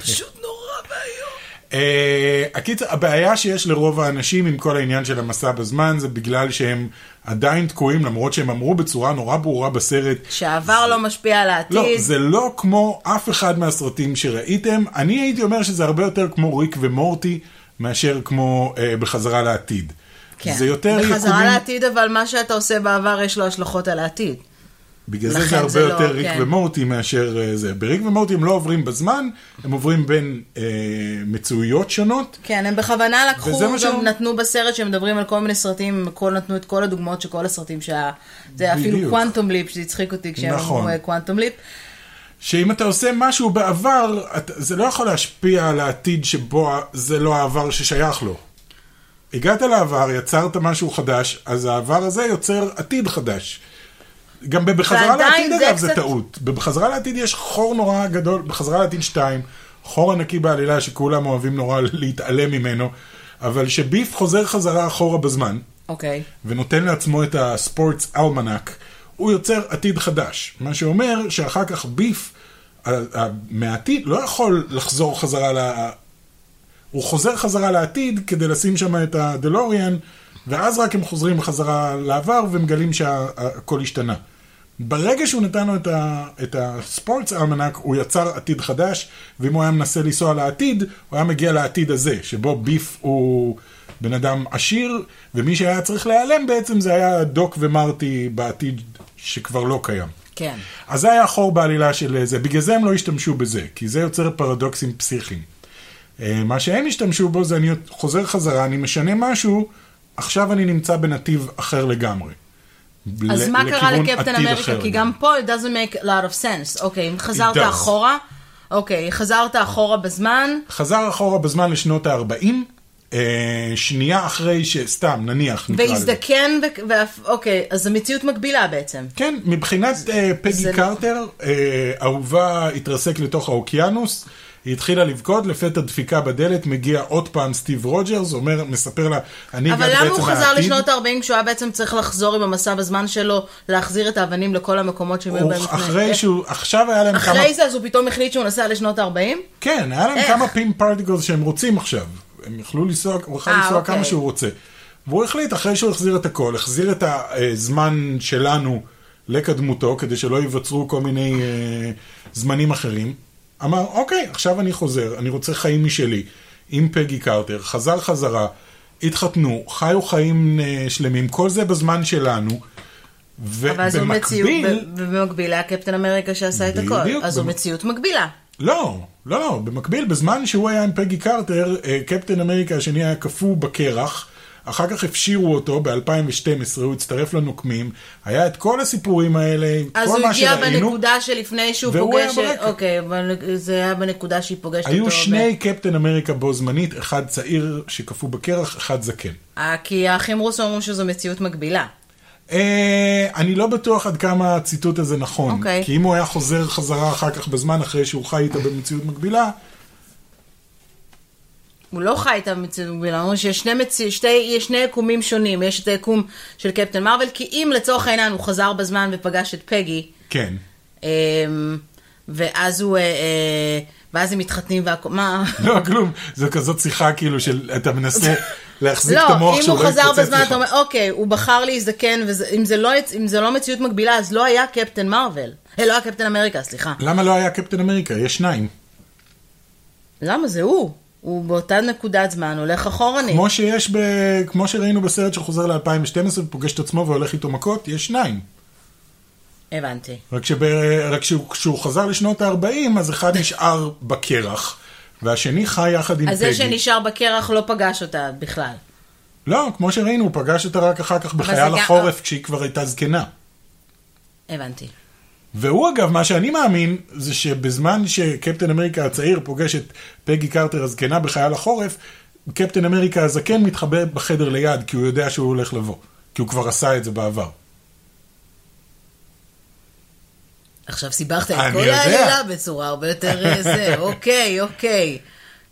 A: פשוט נורא ואיום.
B: אה, הקיצר, הבעיה שיש לרוב האנשים עם כל העניין של המסע בזמן זה בגלל שהם עדיין תקועים למרות שהם אמרו בצורה נורא ברורה בסרט.
A: שהעבר לא משפיע על העתיד.
B: לא, זה לא כמו אף אחד מהסרטים שראיתם. אני הייתי אומר שזה הרבה יותר כמו ריק ומורטי מאשר כמו אה, בחזרה לעתיד.
A: כן.
B: זה יותר
A: בחזרה
B: יקומים-
A: לעתיד, אבל מה שאתה עושה בעבר יש לו השלכות על העתיד.
B: בגלל זה
A: לכן
B: זה הרבה
A: זה לא-
B: יותר ריק
A: כן.
B: ומורטי מאשר אה, זה. בריק ומורטי הם לא עוברים בזמן, הם עוברים בין אה, מצויות שונות.
A: כן, הם בכוונה
B: וזה
A: לקחו,
B: מה
A: גם
B: שהוא-
A: נתנו בסרט שמדברים על כל מיני סרטים, הם הכל נתנו את כל הדוגמאות של כל הסרטים שה... זה
B: בדיוק.
A: אפילו קוואנטום ליפ, שזה הצחיק אותי כשהם
B: נכון.
A: אמרו אה, קוואנטום ליפ.
B: שאם אתה עושה משהו בעבר, את, זה לא יכול להשפיע על העתיד שבו ה- זה לא העבר ששייך לו. הגעת לעבר, יצרת משהו חדש, אז העבר הזה יוצר עתיד חדש. גם בחזרה
A: ועדיין
B: לעתיד,
A: זה
B: אגב, זה
A: קצת-
B: טעות. בחזרה לעתיד יש חור נורא גדול, בחזרה לעתיד 2, חור ענקי בעלילה שכולם אוהבים נורא להתעלם ממנו, אבל שביף חוזר חזרה אחורה בזמן.
A: אוקיי.
B: ונותן לעצמו את הספורטס אלמנק, הוא יוצר עתיד חדש. מה שאומר שאחר כך ביף ה- ה- מהעתיד לא יכול לחזור חזרה ל... הוא חוזר חזרה לעתיד כדי לשים שם את הדלוריאן, ואז רק הם חוזרים חזרה לעבר ומגלים שהכל השתנה. ברגע שהוא נתן לו את, ה, את הספורטס אלמנק, הוא יצר עתיד חדש, ואם הוא היה מנסה לנסוע לעתיד, הוא היה מגיע לעתיד הזה, שבו ביף הוא בן אדם עשיר, ומי שהיה צריך להיעלם בעצם זה היה דוק ומרטי בעתיד שכבר לא קיים.
A: כן.
B: אז זה היה חור בעלילה של זה, בגלל זה הם לא השתמשו בזה, כי זה יוצר פרדוקסים פסיכיים. אה, מה שהם השתמשו בו זה אני חוזר חזרה, אני משנה משהו, עכשיו אני נמצא בנתיב אחר לגמרי.
A: אז
B: ל-
A: מה קרה
B: לכיוון
A: לקפטן
B: עתיד
A: אמריקה?
B: אחר
A: כי
B: לגמרי.
A: גם פה it doesn't make a lot of sense. אוקיי, אם חזרת
B: does.
A: אחורה, אוקיי, חזרת אחורה בזמן,
B: חזר אחורה בזמן לשנות ה-40, אה, שנייה אחרי שסתם, נניח נקרא לזה.
A: והזדקן, ו- ואף- אוקיי, אז המציאות מקבילה בעצם.
B: כן, מבחינת אה, פגי
A: זה- לא-
B: קרטר, אה, אהובה התרסק לתוך האוקיינוס, היא התחילה לבכות, לפתע דפיקה בדלת, מגיע עוד פעם סטיב רוג'רס, אומר, מספר לה, אני גם
A: אבל
B: בעצם
A: למה הוא חזר
B: העתיד."
A: לשנות ה-40 כשהוא היה בעצם צריך לחזור עם המסע בזמן שלו, להחזיר את האבנים לכל המקומות שהם היו
B: הוא-
A: בהם לפני? אה, כן.
B: אחרי שהוא, עכשיו היה להם כמה,
A: אחרי זה אז הוא פתאום החליט שהוא נוסע לשנות ה-40?
B: כן, היה להם
A: איך?
B: כמה פין פרטיקלס שהם רוצים עכשיו. הם יכלו לנסוע, הוא יכול
A: אה,
B: לנסוע
A: אוקיי.
B: כמה שהוא רוצה. והוא החליט, אחרי שהוא החזיר את הכל, החזיר את הזמן שלנו לקדמותו, כדי שלא ייווצרו כל מיני אה, זמנים אחרים, אמר, אוקיי, עכשיו אני חוזר, אני רוצה חיים משלי, עם פגי קרטר, חזר חזרה, התחתנו, חיו חיים אה, שלמים, כל זה בזמן שלנו.
A: אבל אז הוא מציאות,
B: ובמקביל,
A: ב- ובמקביל היה קפטן אמריקה שעשה את
B: בדיוק,
A: הכל. אז הוא
B: במ-
A: מציאות מקבילה.
B: לא, לא, לא, במקביל, בזמן שהוא היה עם פגי קרטר, אה, קפטן אמריקה השני היה קפוא בקרח, אחר כך הפשירו אותו ב-2012, הוא הצטרף לנוקמים, היה את כל הסיפורים האלה,
A: אז
B: כל
A: הוא
B: מה
A: הגיע
B: שראינו,
A: בנקודה שלפני שהוא
B: והוא
A: פוגש...
B: היה ברקע.
A: אוקיי, אבל זה היה בנקודה שהיא פוגשת אותו.
B: היו
A: ב-
B: שני קפטן אמריקה בו זמנית, אחד צעיר שקפוא בקרח, אחד זקן.
A: אה, כי האחים רוסו אמרו שזו מציאות מקבילה.
B: אה, אני לא בטוח עד כמה הציטוט הזה נכון,
A: אוקיי.
B: כי אם הוא היה חוזר חזרה אחר כך בזמן, אחרי שהוא חי איתה במציאות מקבילה,
A: הוא לא חי את המציאות מקבילה, אמרו שיש שני, מציא, שתי, יש שני יקומים שונים, יש את היקום של קפטן מרוויל, כי אם לצורך העניין הוא חזר בזמן ופגש את פגי,
B: כן.
A: אמ, ואז הוא... אה, אה, ואז הם מתחתנים והכל, מה?
B: לא, כלום. זו כזאת שיחה כאילו של אתה מנסה להחזיק את
A: לא,
B: המוח
A: אם הוא
B: שלו,
A: חזר בזמן, אתה אומר, אוקיי, הוא בחר להזדקן, ואם זה, לא, אם זה לא מציאות מקבילה, אז לא היה קפטן מרוויל. אה, לא היה קפטן אמריקה, סליחה.
B: למה לא היה קפטן אמריקה? יש שניים.
A: למה זה הוא? הוא באותה נקודת זמן הולך אחורנית.
B: כמו שיש ב... כמו שראינו בסרט שחוזר ל-2012 ופוגש את עצמו והולך איתו מכות, יש שניים.
A: הבנתי.
B: רק, שב... רק שהוא- כשהוא חזר לשנות ה-40, אז אחד נשאר בקרח, והשני חי יחד עם
A: אז
B: פגי.
A: זה שנשאר בקרח לא פגש אותה בכלל.
B: לא, כמו שראינו, הוא פגש אותה רק אחר כך
A: זה
B: בחייל
A: גם-
B: החורף, כשהיא כבר הייתה זקנה.
A: הבנתי.
B: והוא אגב, מה שאני מאמין, זה שבזמן שקפטן אמריקה הצעיר פוגש את פגי קרטר הזקנה בחייל החורף, קפטן אמריקה הזקן מתחבא בחדר ליד, כי הוא יודע שהוא הולך לבוא. כי הוא כבר עשה את זה בעבר.
A: עכשיו סיבכת את
B: אני
A: כל
B: יודע.
A: העלילה בצורה הרבה יותר אה, זה, אוקיי, אוקיי.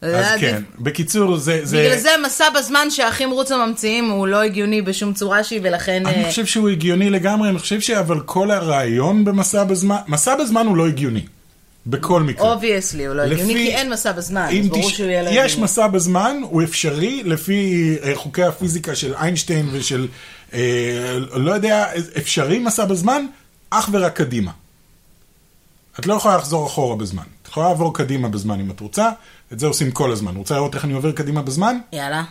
B: אז
A: זה
B: כן,
A: עדיף.
B: בקיצור, זה... זה...
A: בגלל זה מסע בזמן שהאחים רוצו ממציאים הוא לא הגיוני בשום צורה שהיא, ולכן...
B: אני
A: אה,
B: חושב שהוא הגיוני לגמרי, אני חושב שאבל כל הרעיון במסע בזמן, מסע בזמן הוא לא הגיוני. בכל מקרה.
A: אובייסלי הוא לא
B: לפי-
A: הגיוני, כי אין מסע בזמן,
B: אם
A: אז ברור
B: תש-
A: שהוא יהיה להם...
B: יש מסע בזמן, הוא אפשרי לפי אה, חוקי הפיזיקה של איינשטיין ושל, אה, לא יודע, אפשרי מסע בזמן, אך ורק קדימה. את לא יכולה לחזור אחורה בזמן. את יכולה לעבור קדימה בזמן אם את רוצה, את זה עושים כל הזמן. רוצה לראות איך אני עובר קדימה בזמן?
A: יאללה.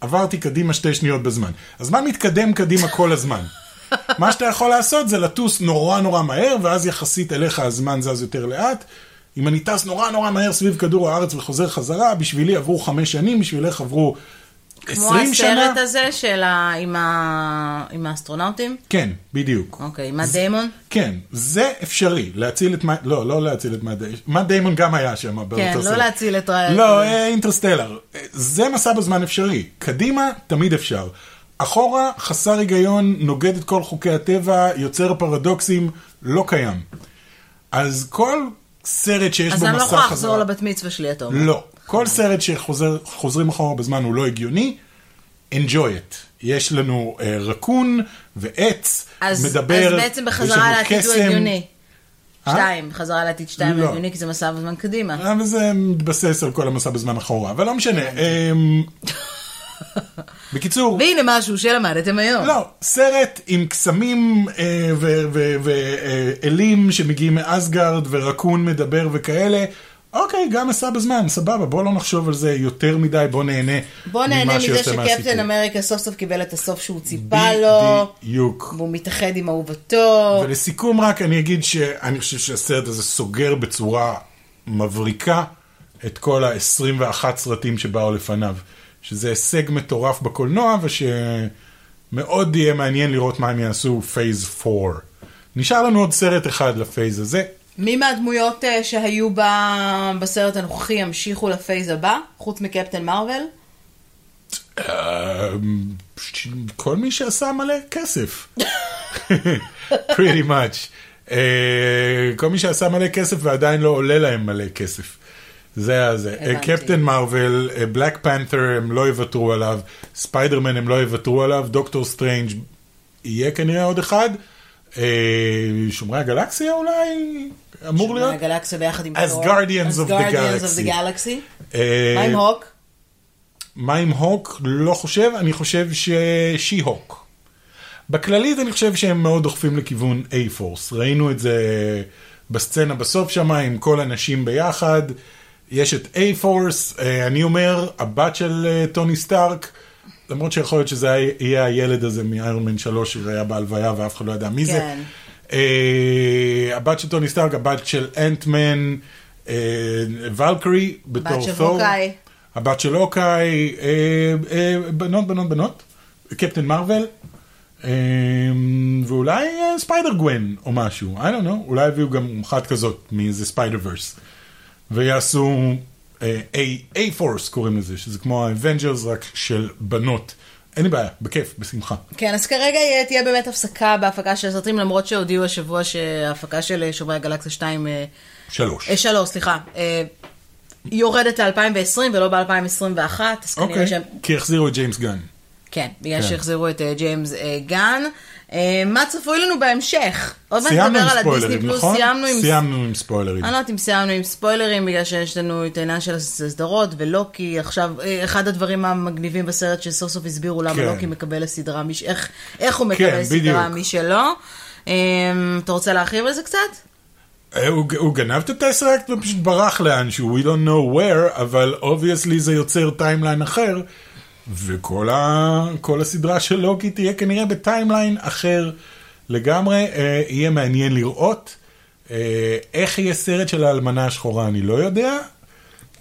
B: עברתי קדימה שתי שניות בזמן. הזמן מתקדם קדימה כל הזמן. מה שאתה יכול לעשות זה לטוס נורא נורא מהר, ואז יחסית אליך הזמן זז יותר לאט. אם אני טס נורא נורא מהר סביב כדור הארץ וחוזר חזרה, בשבילי עברו חמש שנים, בשבילך עברו
A: כמו
B: עשרים שנה.
A: הסרט הזה של ה... עם ה- עם האסטרונאוטים?
B: כן, בדיוק.
A: אוקיי, עם הדיימון?
B: כן, זה אפשרי, להציל את מה... לא, לא להציל את מה דיימון. מה דיימון גם היה שם באותו
A: כן, לא
B: סרט.
A: להציל את רע...
B: לא, אה, אינטרסטלר. אה, זה מסע בזמן אפשרי. קדימה, תמיד אפשר. אחורה, חסר היגיון, נוגד את כל חוקי הטבע, יוצר פרדוקסים, לא קיים. אז כל סרט שיש
A: אז
B: בו
A: אני לא
B: מסע
A: יכולה לחזור
B: חזרה...
A: לבת מצווה שלי, אתה אומר.
B: לא. כל סרט שחוזרים אחורה בזמן הוא לא הגיוני, enjoy it. יש לנו אה, רקון ועץ,
A: אז
B: מדבר,
A: אז בעצם
B: יש לנו
A: בחזרה לעתיד הוא
B: קסם.
A: הגיוני.
B: אה?
A: שתיים, חזרה לעתיד שתיים
B: לא. אה.
A: הוא הגיוני, כי זה מסע בזמן קדימה.
B: אבל זה מתבסס על כל המסע בזמן אחורה, אבל לא משנה. אמ, בקיצור,
A: והנה משהו שלמדתם היום.
B: לא, סרט עם קסמים אה, ואלים אה, שמגיעים מאסגרד ורקון מדבר וכאלה. אוקיי, גם מסע בזמן, סבבה, בוא לא נחשוב על זה יותר מדי, בוא נהנה
A: בוא נהנה
B: ממה
A: מזה
B: שיוצא
A: שקפטן
B: מהסיפור.
A: אמריקה סוף סוף קיבל את הסוף שהוא ציפה לו,
B: בדיוק.
A: והוא מתאחד עם אהובתו.
B: ולסיכום רק אני אגיד שאני חושב שהסרט הזה סוגר בצורה מבריקה את כל ה-21 סרטים שבאו לפניו. שזה הישג מטורף בקולנוע ושמאוד יהיה מעניין לראות מה הם יעשו פייז 4. נשאר לנו עוד סרט אחד לפייז הזה.
A: מי מהדמויות אה, שהיו ב- בסרט הנוכחי ימשיכו לפייז הבא, חוץ מקפטן מרוויל?
B: אה, ש- כל מי שעשה מלא כסף. pretty much. אה, כל מי שעשה מלא כסף ועדיין לא עולה להם מלא כסף. זה היה זה. אה,
A: הבנתי.
B: קפטן מרוויל, בלק פנת'ר אה, הם לא יוותרו עליו, ספיידרמן הם לא יוותרו עליו, דוקטור סטרנג' יהיה כנראה עוד אחד, אה, שומרי הגלקסיה אולי אמור להיות.
A: הגלקסיה ביחד עם
B: As
A: תור.
B: Guardians of the
A: Guardians of
B: Galaxy.
A: the Galaxy.
B: אה,
A: מה עם הוק?
B: מה עם הוק? לא חושב, אני חושב ששי הוק. בכללית אני חושב שהם מאוד דוחפים לכיוון A-Force. ראינו את זה בסצנה בסוף שם עם כל הנשים ביחד. יש את A-Force, אה, אני אומר, הבת של אה, טוני סטארק, למרות שיכול להיות שזה היה- יהיה הילד הזה מאיירון מן 3 שהיה בהלוויה ואף אחד לא ידע מי זה.
A: כן.
B: אה, הבת של טוני סטארק, הבת של אנטמן, אה, ולקרי, בתור
A: בת של
B: תור.
A: הוקאי.
B: הבת של אוקיי, אה, אה, בנות, בנות, בנות, קפטן מרוויל, אה, ואולי אה, ספיידר גווין או משהו, I don't know, אולי יביאו גם אחת כזאת מאיזה ספיידר ורס, ויעשו אה, A- A-Force קוראים לזה, שזה כמו האבנג'רס רק של בנות. אין לי בעיה, בכיף, בשמחה.
A: כן, אז כרגע יהיה- תהיה באמת הפסקה בהפקה של הסרטים, למרות שהודיעו השבוע שההפקה של אה, שומרי הגלקסיה 2, אה,
B: שלוש.
A: אה, 3, סליחה, אה, יורדת ל-2020 ולא ב-2021, אז כנראה
B: אוקיי,
A: שהם...
B: כי החזירו את ג'יימס גן.
A: כן, בגלל
B: כן.
A: שהחזירו את אה, ג'יימס אה, גן. אה, מה צפוי לנו בהמשך? עוד מעט
B: סיימנו
A: נדבר
B: עם
A: על הדיסני
B: ספוילרים,
A: פלוס,
B: נכון?
A: סיימנו עם...
B: סיימנו עם ספוילרים.
A: אני לא יודעת אם סיימנו עם ספוילרים, בגלל שיש לנו את העניין של הסדרות ולוקי. עכשיו, אה, אחד הדברים המגניבים בסרט שסוף סוף הסבירו למה
B: כן.
A: לוקי מקבל לסדרה, מש... איך, איך הוא
B: כן,
A: מקבל סדרה
B: בדיוק.
A: משלו. אה, אתה רוצה להרחיב על זה קצת?
B: אה, הוא, הוא גנב את הטסרקט ופשוט ברח לאנשהו, we don't know where, אבל אובייסלי זה יוצר טיימליין אחר, וכל ה, כל הסדרה של לוקי תהיה כנראה בטיימליין אחר לגמרי. אה, יהיה מעניין לראות אה, איך יהיה סרט של האלמנה השחורה, אני לא יודע.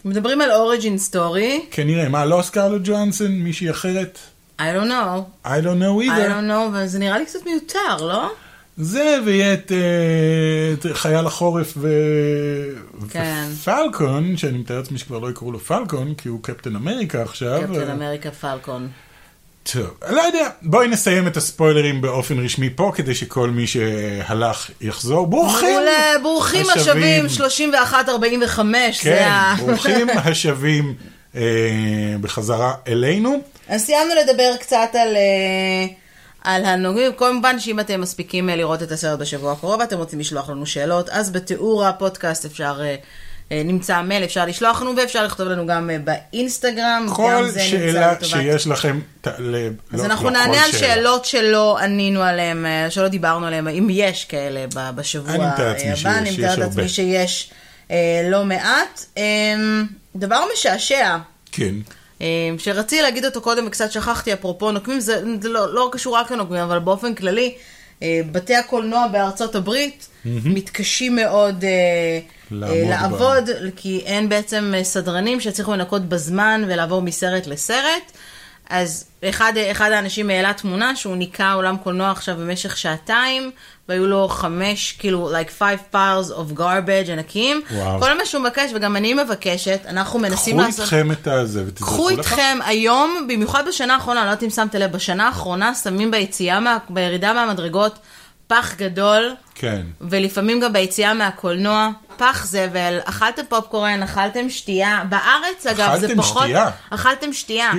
A: מדברים על אוריג'ין סטורי,
B: כנראה, מה, לא סקרלו ג'ואנסון, מישהי אחרת?
A: I don't know,
B: I don't know
A: I
B: either.
A: don't know, וזה נראה לי קצת מיותר, לא?
B: זה, ויהיה את, אה, את חייל החורף ו...
A: כן.
B: ופלקון, שאני מתאר לעצמי שכבר לא יקראו לו פלקון, כי הוא קפטן אמריקה עכשיו.
A: קפטן
B: אה,
A: אמריקה פלקון.
B: טוב, לא יודע. בואי נסיים את הספוילרים באופן רשמי פה, כדי שכל מי שהלך יחזור. ברוכים!
A: מעולה, ברוכים השבים,
B: השבים.
A: 31-45, זה
B: כן,
A: ה...
B: ברוכים השבים אה, בחזרה אלינו.
A: אז סיימנו לדבר קצת על, אה, על הנוגעים. כמובן שאם אתם מספיקים אה, לראות את הסרט בשבוע הקרוב ואתם רוצים לשלוח לנו שאלות, אז בתיאור הפודקאסט אפשר... אה, אה, נמצא מייל, אפשר לשלוח לנו ואפשר לכתוב לנו גם אה, באינסטגרם.
B: כל
A: גם זה נמצא
B: שאלה
A: לטובת-
B: שיש לכם, ת- ל-
A: אז
B: לא-
A: אנחנו
B: לא
A: נענה
B: כל
A: על
B: שאלה.
A: שאלות שלא ענינו עליהן, אה, שלא דיברנו עליהן, אם יש כאלה ב- בשבוע
B: אני
A: הבא.
B: מתאר לעצמי שיש,
A: אני
B: יש
A: מתארת
B: הרבה.
A: לעצמי שיש אה, לא מעט. אה, דבר משעשע,
B: כן.
A: אה, שרציתי להגיד אותו קודם וקצת שכחתי, אפרופו נוקמים, זה, זה לא, לא קשור רק לנוקמים, אבל באופן כללי, אה, בתי הקולנוע בארצות הברית מתקשים מאוד אה,
B: לעמוד
A: אה,
B: ב-
A: לעבוד, כי אין בעצם אה, סדרנים שהצליחו לנקות בזמן ולעבור מסרט לסרט. אז אחד, אחד האנשים העלה תמונה שהוא ניקה אולם קולנוע עכשיו במשך שעתיים, והיו לו חמש, כאילו, like five piles of garbage ענקים.
B: וואו.
A: כל מה שהוא מבקש, וגם אני מבקשת, אנחנו מנסים
B: קחו
A: לעשות...
B: איתכם את הזה
A: קחו
B: ותזרקו לך.
A: איתכם היום, במיוחד בשנה האחרונה, אני לא יודעת אם שמת לב, בשנה האחרונה שמים ביציאה, מה, בירידה מהמדרגות, פח גדול,
B: כן.
A: ולפעמים גם ביציאה מהקולנוע, פח זבל, אכלתם פופקורן, אכלתם שתייה, בארץ אגב זה
B: אכלתם
A: פחות,
B: שתייה?
A: אכלתם שתייה,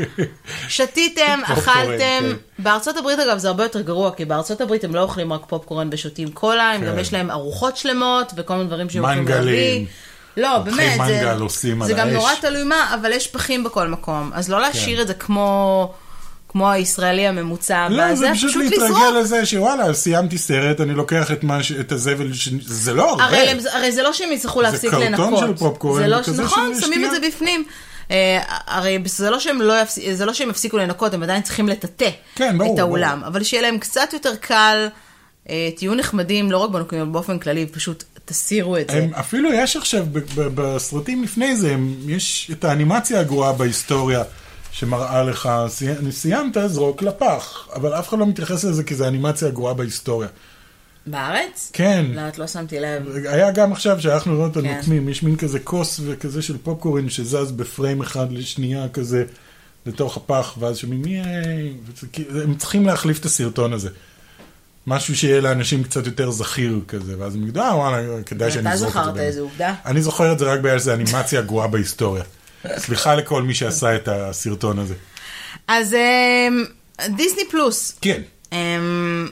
A: שתיתם,
B: פופקורן,
A: אכלתם,
B: כן.
A: בארצות הברית אגב זה הרבה יותר גרוע, כי בארצות הברית הם לא אוכלים רק פופקורן ושותים קולה, הם
B: כן.
A: גם יש להם ארוחות שלמות וכל מיני דברים שהם יכולים
B: מנגלים.
A: להביא. לא,
B: לוקחים
A: באמת, זה,
B: מנגל, עושים
A: זה גם
B: על האש. כן.
A: נורא תלוי מה, אבל יש פחים בכל מקום, אז לא להשאיר את זה כמו, כמו הישראלי הממוצע,
B: לא, זה
A: בזה,
B: פשוט
A: לזרוק.
B: להתרגל לזה שוואלה, סיימתי סרט, אני לוקח את מה ש- את הזבל, ש- זה לא הרבה.
A: הרי, הם, הרי זה לא שהם יצטרכו להפסיק
B: קרטון
A: לנקות.
B: של פופקורן
A: זה לא,
B: וכזה
A: נכון,
B: של
A: שמים את
B: שתייה.
A: זה בפנים. אה, הרי זה לא, שהם לא יפס... זה לא שהם יפסיקו לנקות, הם עדיין צריכים לטאטא
B: כן, ברור,
A: את האולם. אבל שיהיה להם קצת יותר קל, אה, תהיו נחמדים, לא רק בנקודים, אבל באופן כללי, פשוט תסירו את זה.
B: הם, אפילו יש עכשיו, ב- ב- בסרטים לפני זה, הם, יש את האנימציה הגרועה בהיסטוריה שמראה לך, "סי- סיימת, זרוק לפח. אבל אף אחד לא מתייחס לזה כי זה האנימציה הגרועה בהיסטוריה.
A: בארץ?
B: כן.
A: לא, את לא שמתי לב.
B: היה גם עכשיו שהלכנו לראות את
A: כן.
B: הנוקמים, יש מין כזה כוס וכזה של פופקורן שזז בפריים אחד לשנייה כזה, לתוך הפח, ואז שומעים מי... וזה כאילו- הם צריכים להחליף את הסרטון הזה. משהו שיהיה לאנשים קצת יותר זכיר כזה, ואז הם יגידו, אה, וואלה, כדאי שאני
A: ואתה
B: אזרוק את זה.
A: זכרת
B: באמת."
A: איזה עובדה?
B: אני זוכר את זה רק בגלל שזו אנימציה הגרועה בהיסטוריה. סליחה לכל מי שעשה את הסרטון הזה.
A: אז אמ, דיסני פלוס.
B: כן.
A: אמ,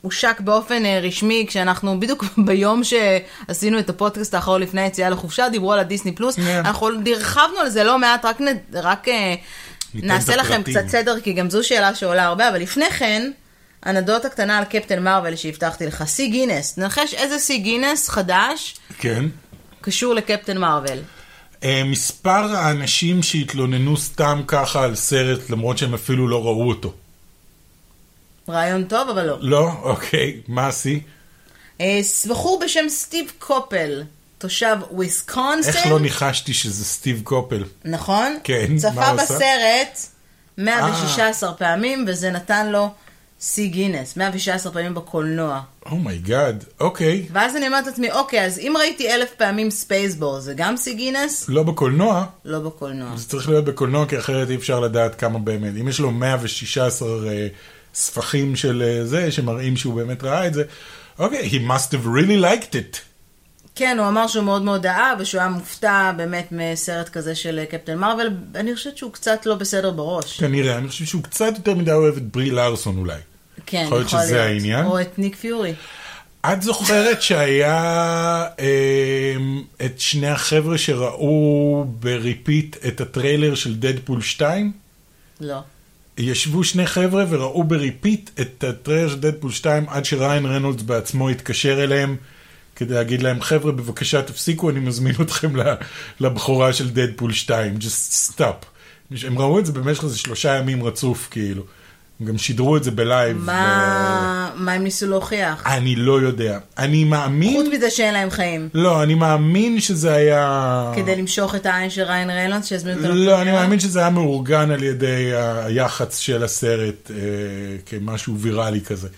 A: הושק באופן אה, רשמי כשאנחנו בדיוק ביום שעשינו את הפודקאסט האחרון לפני היציאה לחופשה, דיברו על הדיסני פלוס.
B: כן.
A: אנחנו הרחבנו על זה לא מעט, רק, נ- רק אה,
B: ניתן
A: נעשה
B: את
A: לכם
B: הפרטים.
A: קצת סדר, כי גם זו שאלה שעולה הרבה, אבל לפני כן, אנדוטה קטנה על קפטן מרוויל שהבטחתי לך, שיא גינס. תנחש איזה שיא גינס חדש
B: כן.
A: קשור לקפטן מרוויל.
B: אה, מספר האנשים שהתלוננו סתם ככה על סרט, למרות שהם אפילו לא ראו אותו.
A: רעיון טוב, אבל לא.
B: לא? אוקיי. מה השיא?
A: אה, בחור בשם סטיב קופל, תושב וויסקונסין.
B: איך לא ניחשתי שזה סטיב קופל?
A: נכון?
B: כן, מה
A: צפה
B: הוא אה. עשה?
A: בסרט 116 פעמים, וזה נתן לו שיא גינס, 116 פעמים בקולנוע.
B: אומייגאד. Oh אוקיי.
A: ואז אני אומרת לעצמי, אוקיי, אז אם ראיתי אלף פעמים ספייסבור, זה גם שיא גינס?
B: לא בקולנוע,
A: לא בקולנוע.
B: זה צריך להיות בקולנוע, כי אחרת אי אפשר לדעת כמה באמת. אם יש לו 116 אה, ספחים של אה, זה, שמראים שהוא באמת ראה את זה, אוקיי, he must have really liked it.
A: כן, הוא אמר שהוא מאוד מאוד אהב, ושהוא היה מופתע באמת מסרט כזה של אה, קפטן מרוויל, אני חושבת שהוא קצת לא בסדר בראש.
B: כנראה, אני חושב שהוא קצת יותר מדי אוהב את ברי לארסון אולי.
A: כן, יכול
B: יכול להיות
A: להיות.
B: שזה העניין?
A: או את ניק פיורי.
B: את זוכרת שהיה אה, את שני החבר'ה שראו בריפיט את הטריילר של דדפול 2?
A: לא.
B: ישבו שני חבר'ה וראו בריפיט את הטריילר של דדפול 2 עד שריין רנולדס בעצמו התקשר אליהם כדי להגיד להם חבר'ה בבקשה תפסיקו אני מזמין אתכם ל- לבכורה של דדפול 2 just stop. הם ראו את זה במשך איזה שלושה ימים רצוף כאילו. הם גם שידרו את זה בלייב.
A: מה מה הם ניסו להוכיח?
B: ו- אני לא יודע. אני מאמין,
A: חוץ מזה שאין להם חיים.
B: לא אני מאמין שזה היה,
A: כדי למשוך את העין של ריין ריילנדס שיזמין אותו
B: לא, אני
A: לקולנוע?
B: מאמין שזה היה מאורגן על ידי היח"צ של הסרט אה, כמשהו ויראלי כזה.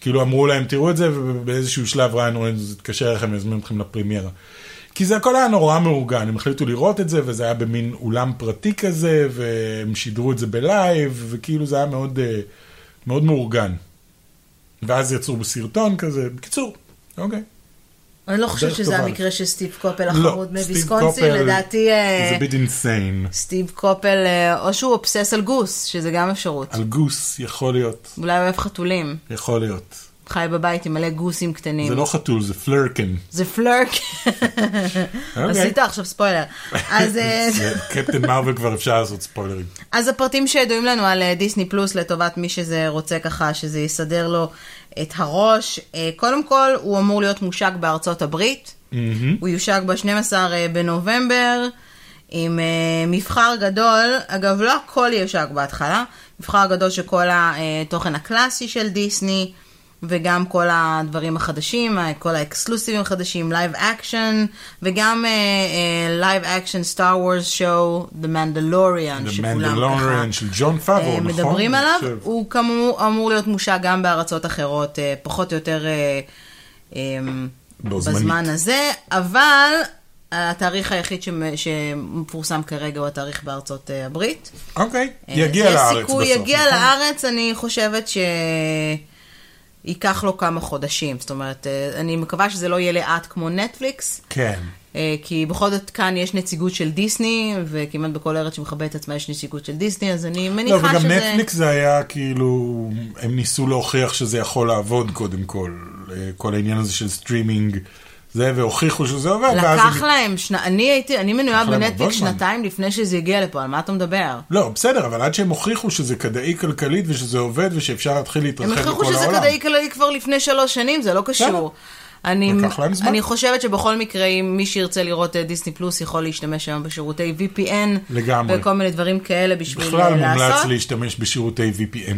B: כאילו אמרו להם, תראו את זה, ובאיזשהו שלב ריין רולנדס התקשר אליכם, יזמין אתכם לפרימיירה. כי זה הכל היה נורא מאורגן, הם החליטו לראות את זה, וזה היה במין אולם פרטי כזה, והם שידרו את זה בלייב, וכאילו זה היה מאוד, אה, מאוד מאורגן. ואז יצאו בסרטון כזה, בקיצור, אוקיי.
A: אני לא חושבת
B: דרך
A: שזה
B: טובה.
A: המקרה של סטיב קופל
B: לא,
A: החמוד מוויסקונסין, לדעתי אה,
B: זה bit insane.
A: סטיב קופל, אה, או שהוא אובסס על גוס, שזה גם אפשרות.
B: על גוס יכול להיות,
A: אולי הוא אוהב חתולים,
B: יכול להיות.
A: חי בבית עם מלא גוסים
B: זה
A: קטנים.
B: לא חתול, זה פלרקן.
A: זה פלרק.
B: אוקיי.
A: עשית עכשיו ספוילר. אז, אה,
B: זה- קפטן מרוויל כבר אפשר לעשות ספוילרים.
A: אז הפרטים שידועים לנו על אה, דיסני פלוס לטובת מי שזה רוצה ככה, שזה יסדר לו את הראש. אה, קודם כל, הוא אמור להיות מושק בארצות הברית.
B: מהמם.
A: הוא יושק ב-12 אה, בנובמבר עם אה, מבחר גדול, אגב לא הכל יושק בהתחלה, מבחר גדול של כל התוכן הקלאסי של דיסני וגם כל הדברים החדשים, אה, כל האקסקלוסיבים החדשים, לייב אקשן וגם אה, לייב אקשן סטאר וורס שואו, The Mandalorian,
B: The
A: שכולם
B: Mandalorian
A: ככה
B: של ג'ון פאבור,
A: אה,
B: נכון?
A: מדברים עליו,
B: אני חושב.
A: הוא כאמור אמור להיות מושק גם בארצות אחרות, אה, פחות או יותר אה, אמ,
B: בו זמנית.
A: בזמן הזה, אבל התאריך היחיד שמ- שמפורסם כרגע הוא התאריך בארצות אה, הברית.
B: אוקיי,
A: אה,
B: יגיע
A: יש
B: לארץ בסוף.
A: סיכוי, יגיע
B: נכון?
A: לארץ, אני חושבת ש... ייקח לו כמה חודשים, זאת אומרת, אה, אני מקווה שזה לא יהיה לאט כמו נטפליקס,
B: כן.
A: אה, כי בכל זאת כאן יש נציגות של דיסני, וכמעט בכל ארץ שמכבדת עצמה יש נציגות של דיסני, אז אני
B: לא,
A: מניחה
B: וגם
A: שזה...
B: נטפליקס זה היה כאילו, הם ניסו להוכיח שזה יכול לעבוד קודם כל. אה, כל העניין הזה של סטרימינג, זה, והוכיחו שזה עובד. ואז הם-
A: לקח להם, שנה, אני הייתי, אני מנויה
B: לקח להם
A: בנטפליקס
B: הרבה זמן.
A: שנתיים לפני שזה הגיע לפה, על מה אתה מדבר?
B: לא, בסדר, אבל עד שהם הוכיחו שזה כדאי כלכלית ושזה עובד ושאפשר להתחיל
A: הם
B: להתרחב בכל העולם.
A: הכריחו שזה כדאי כללי כבר לפני שלוש שנים, זה לא קשור. אני,
B: לקח להם זמן.
A: אני חושבת שבכל מקרה, אם מי שירצה לראות אה, דיסני פלוס יכול להשתמש היום בשירותי VPN.
B: לגמרי.
A: וכל מיני דברים כאלה בשביל אה,
B: בכלל מומלץ
A: לעשות.
B: להשתמש בשירותי VPN.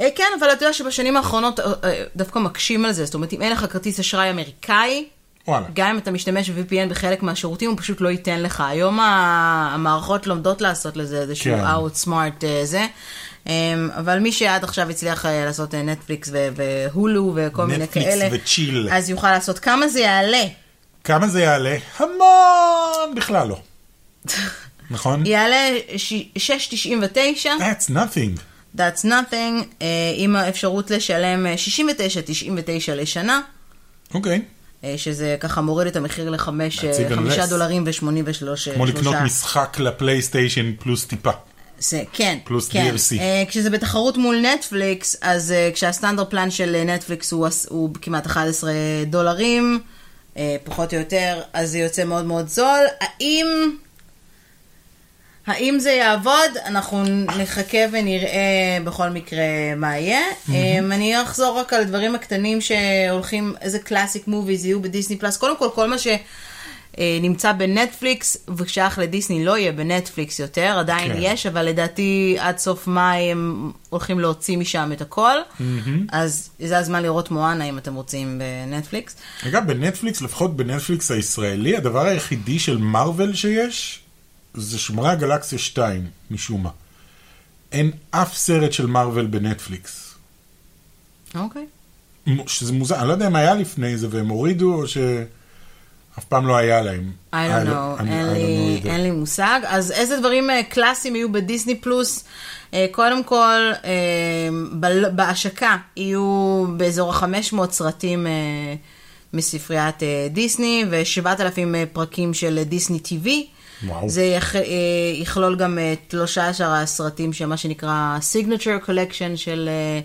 A: אה, כן, אבל אתה יודע שבשנים האחרונות אה, אה, דווקא מקשים על זה. זאת אומרת, אם אין לך כרטיס אשראי אמריקאי,
B: וואלה.
A: גם אם אתה משתמש ב-VPN בחלק מהשירותים, הוא פשוט לא ייתן לך. היום ה- המערכות לומדות לעשות לזה איזשהו
B: כן.
A: Outsmart אה, זה. אמ, אבל מי שעד עכשיו הצליח אה, לעשות אה, נטפליקס ו- והולו וכל מיני
B: נטפליקס
A: כאלה,
B: וצ'יל.
A: אז יוכל לעשות. כמה זה יעלה?
B: כמה זה יעלה? המון! בכלל לא. נכון?
A: יעלה ש- 6.99,
B: That's nothing.
A: that's nothing, אה, עם האפשרות לשלם אה, 69.99 לשנה,
B: אוקיי.
A: אה, שזה ככה מוריד את המחיר לחמש,
B: That's even
A: אה, חמישה
B: less.
A: דולרים ושמונים ושלושה.
B: כמו לקנות
A: שלושה.
B: משחק לפלייסטיישן פלוס טיפה.
A: זה, כן.
B: פלוס
A: כן.
B: DLC.
A: אה, כשזה בתחרות מול נטפליקס, אז אה, כשהסטנדרט פלן של אה, נטפליקס הוא, עש- הוא כמעט 11 דולרים, אה, פחות או יותר, אז זה יוצא מאוד מאוד זול. האם... האם זה יעבוד? אנחנו נחכה ונראה בכל מקרה מה יהיה. אמ, אני אחזור רק על הדברים הקטנים שהולכים, איזה קלאסיק מוביז יהיו בדיסני פלאס. קודם כל, כל מה שנמצא בנטפליקס, ושייך לדיסני לא יהיה בנטפליקס יותר, עדיין
B: כן.
A: יש, אבל לדעתי עד סוף מאי הם הולכים להוציא משם את הכל. אז זה הזמן לראות מואנה אם אתם רוצים בנטפליקס.
B: אגב, בנטפליקס, לפחות בנטפליקס הישראלי, הדבר היחידי של מארוול שיש, זה שומרי הגלקסיה 2, משום מה. אין אף סרט של מארוול בנטפליקס.
A: אוקיי.
B: מ- שזה מוזר, אני לא יודע אם היה לפני זה והם הורידו, או שאף פעם לא היה להם.
A: I don't know,
B: אני-
A: אין
B: I don't
A: לי-
B: know either.
A: אין לי מושג. אז איזה דברים אה, קלאסיים יהיו בדיסני פלוס? אה, קודם כל, אה, בל- בהשקה יהיו באזור ה-500 סרטים אה, מספריית אה, דיסני ו-7,000 פרקים של אה, דיסני TV.
B: וואו.
A: זה יח- אה, יכלול גם אה, 13 הסרטים שמה שנקרא signature collection של אה,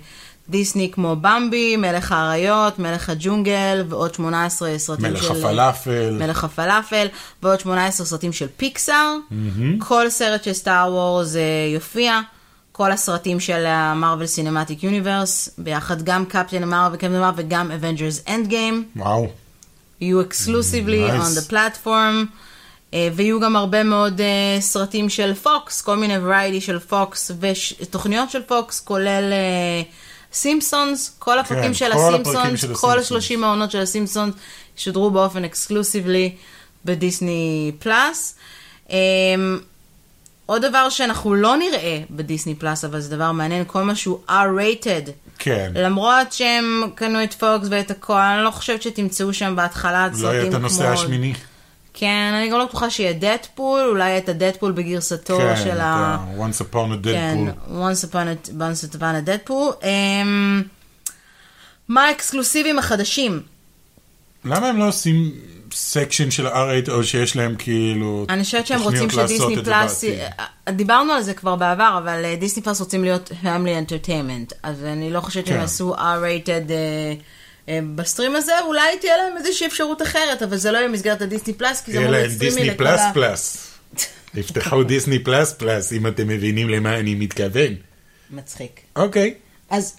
A: דיסני כמו במבי, מלך האריות, מלך הג'ונגל ועוד 18 סרטים
B: מלך
A: של... אה,
B: הפלאפל.
A: מלך הפלאפל, ועוד 18 סרטים של פיקסאר. כל סרט של סטאר וורס אה, יופיע. כל הסרטים של המרוויל סינמטיק יוניברס, ביחד גם קפטן אמר וקפטן אמר וגם אבנג'רס אנד גיים,
B: וואו.
A: יהיו אקסקלוסיבלי
B: Nice.
A: on the platform, אה, ויהיו גם הרבה מאוד אה, סרטים של פוקס, כל מיני variety של פוקס ותוכניות של פוקס, כולל סימפסונס, כל הפרקים
B: כן,
A: של
B: כל הפרקים
A: הסימפסונס,
B: של
A: כל
B: הסימפסונס.
A: השלושים העונות של הסימפסונס שודרו באופן אקסקלוסיבלי בדיסני פלאס. אמ, עוד דבר שאנחנו לא נראה בדיסני פלאס, אבל זה דבר מעניין, כל מה שהוא R-rated.
B: כן.
A: אה, למרות שהם קנו את פוקס ואת הכל, אני לא חושבת שתמצאו שם בהתחלה סרטים כמו...
B: לא היה את הנושא השמיני.
A: כן, אני גם לא בטוחה שיהיה דדפול, אולי את הדדפול בגרסתו
B: כן,
A: של
B: את
A: ה...
B: ה- once upon a
A: כן,
B: deadpool.
A: once upon a, once upon a deadpool. אמ, מה האקסקלוסיבים החדשים?
B: למה הם לא עושים סקשן של R8 או שיש להם כאילו
A: אני חושבת שהם
B: תוכניות
A: רוצים
B: לעשות
A: שדיסני
B: את זה
A: פלאס,
B: בעתיד?
A: דיברנו על זה כבר בעבר, אבל אה, דיסני פלאס רוצים להיות family entertainment, אז אני לא חושבת שהם
B: כן.
A: יעשו R-rated אה, אה, בסטרים הזה, אולי תהיה להם איזושהי אפשרות אחרת, אבל זה לא יהיה במסגרת הדיסני פלאס, כי זה
B: יהיה
A: אמור להיות
B: להם
A: סטרימי
B: דיסני
A: לכל
B: פלאס
A: ה... נכון.
B: פלאס. יפתחו דיסני פלאס פלאס אם אתם מבינים למה אני מתכוון.
A: מצחיק.
B: אוקיי.
A: אז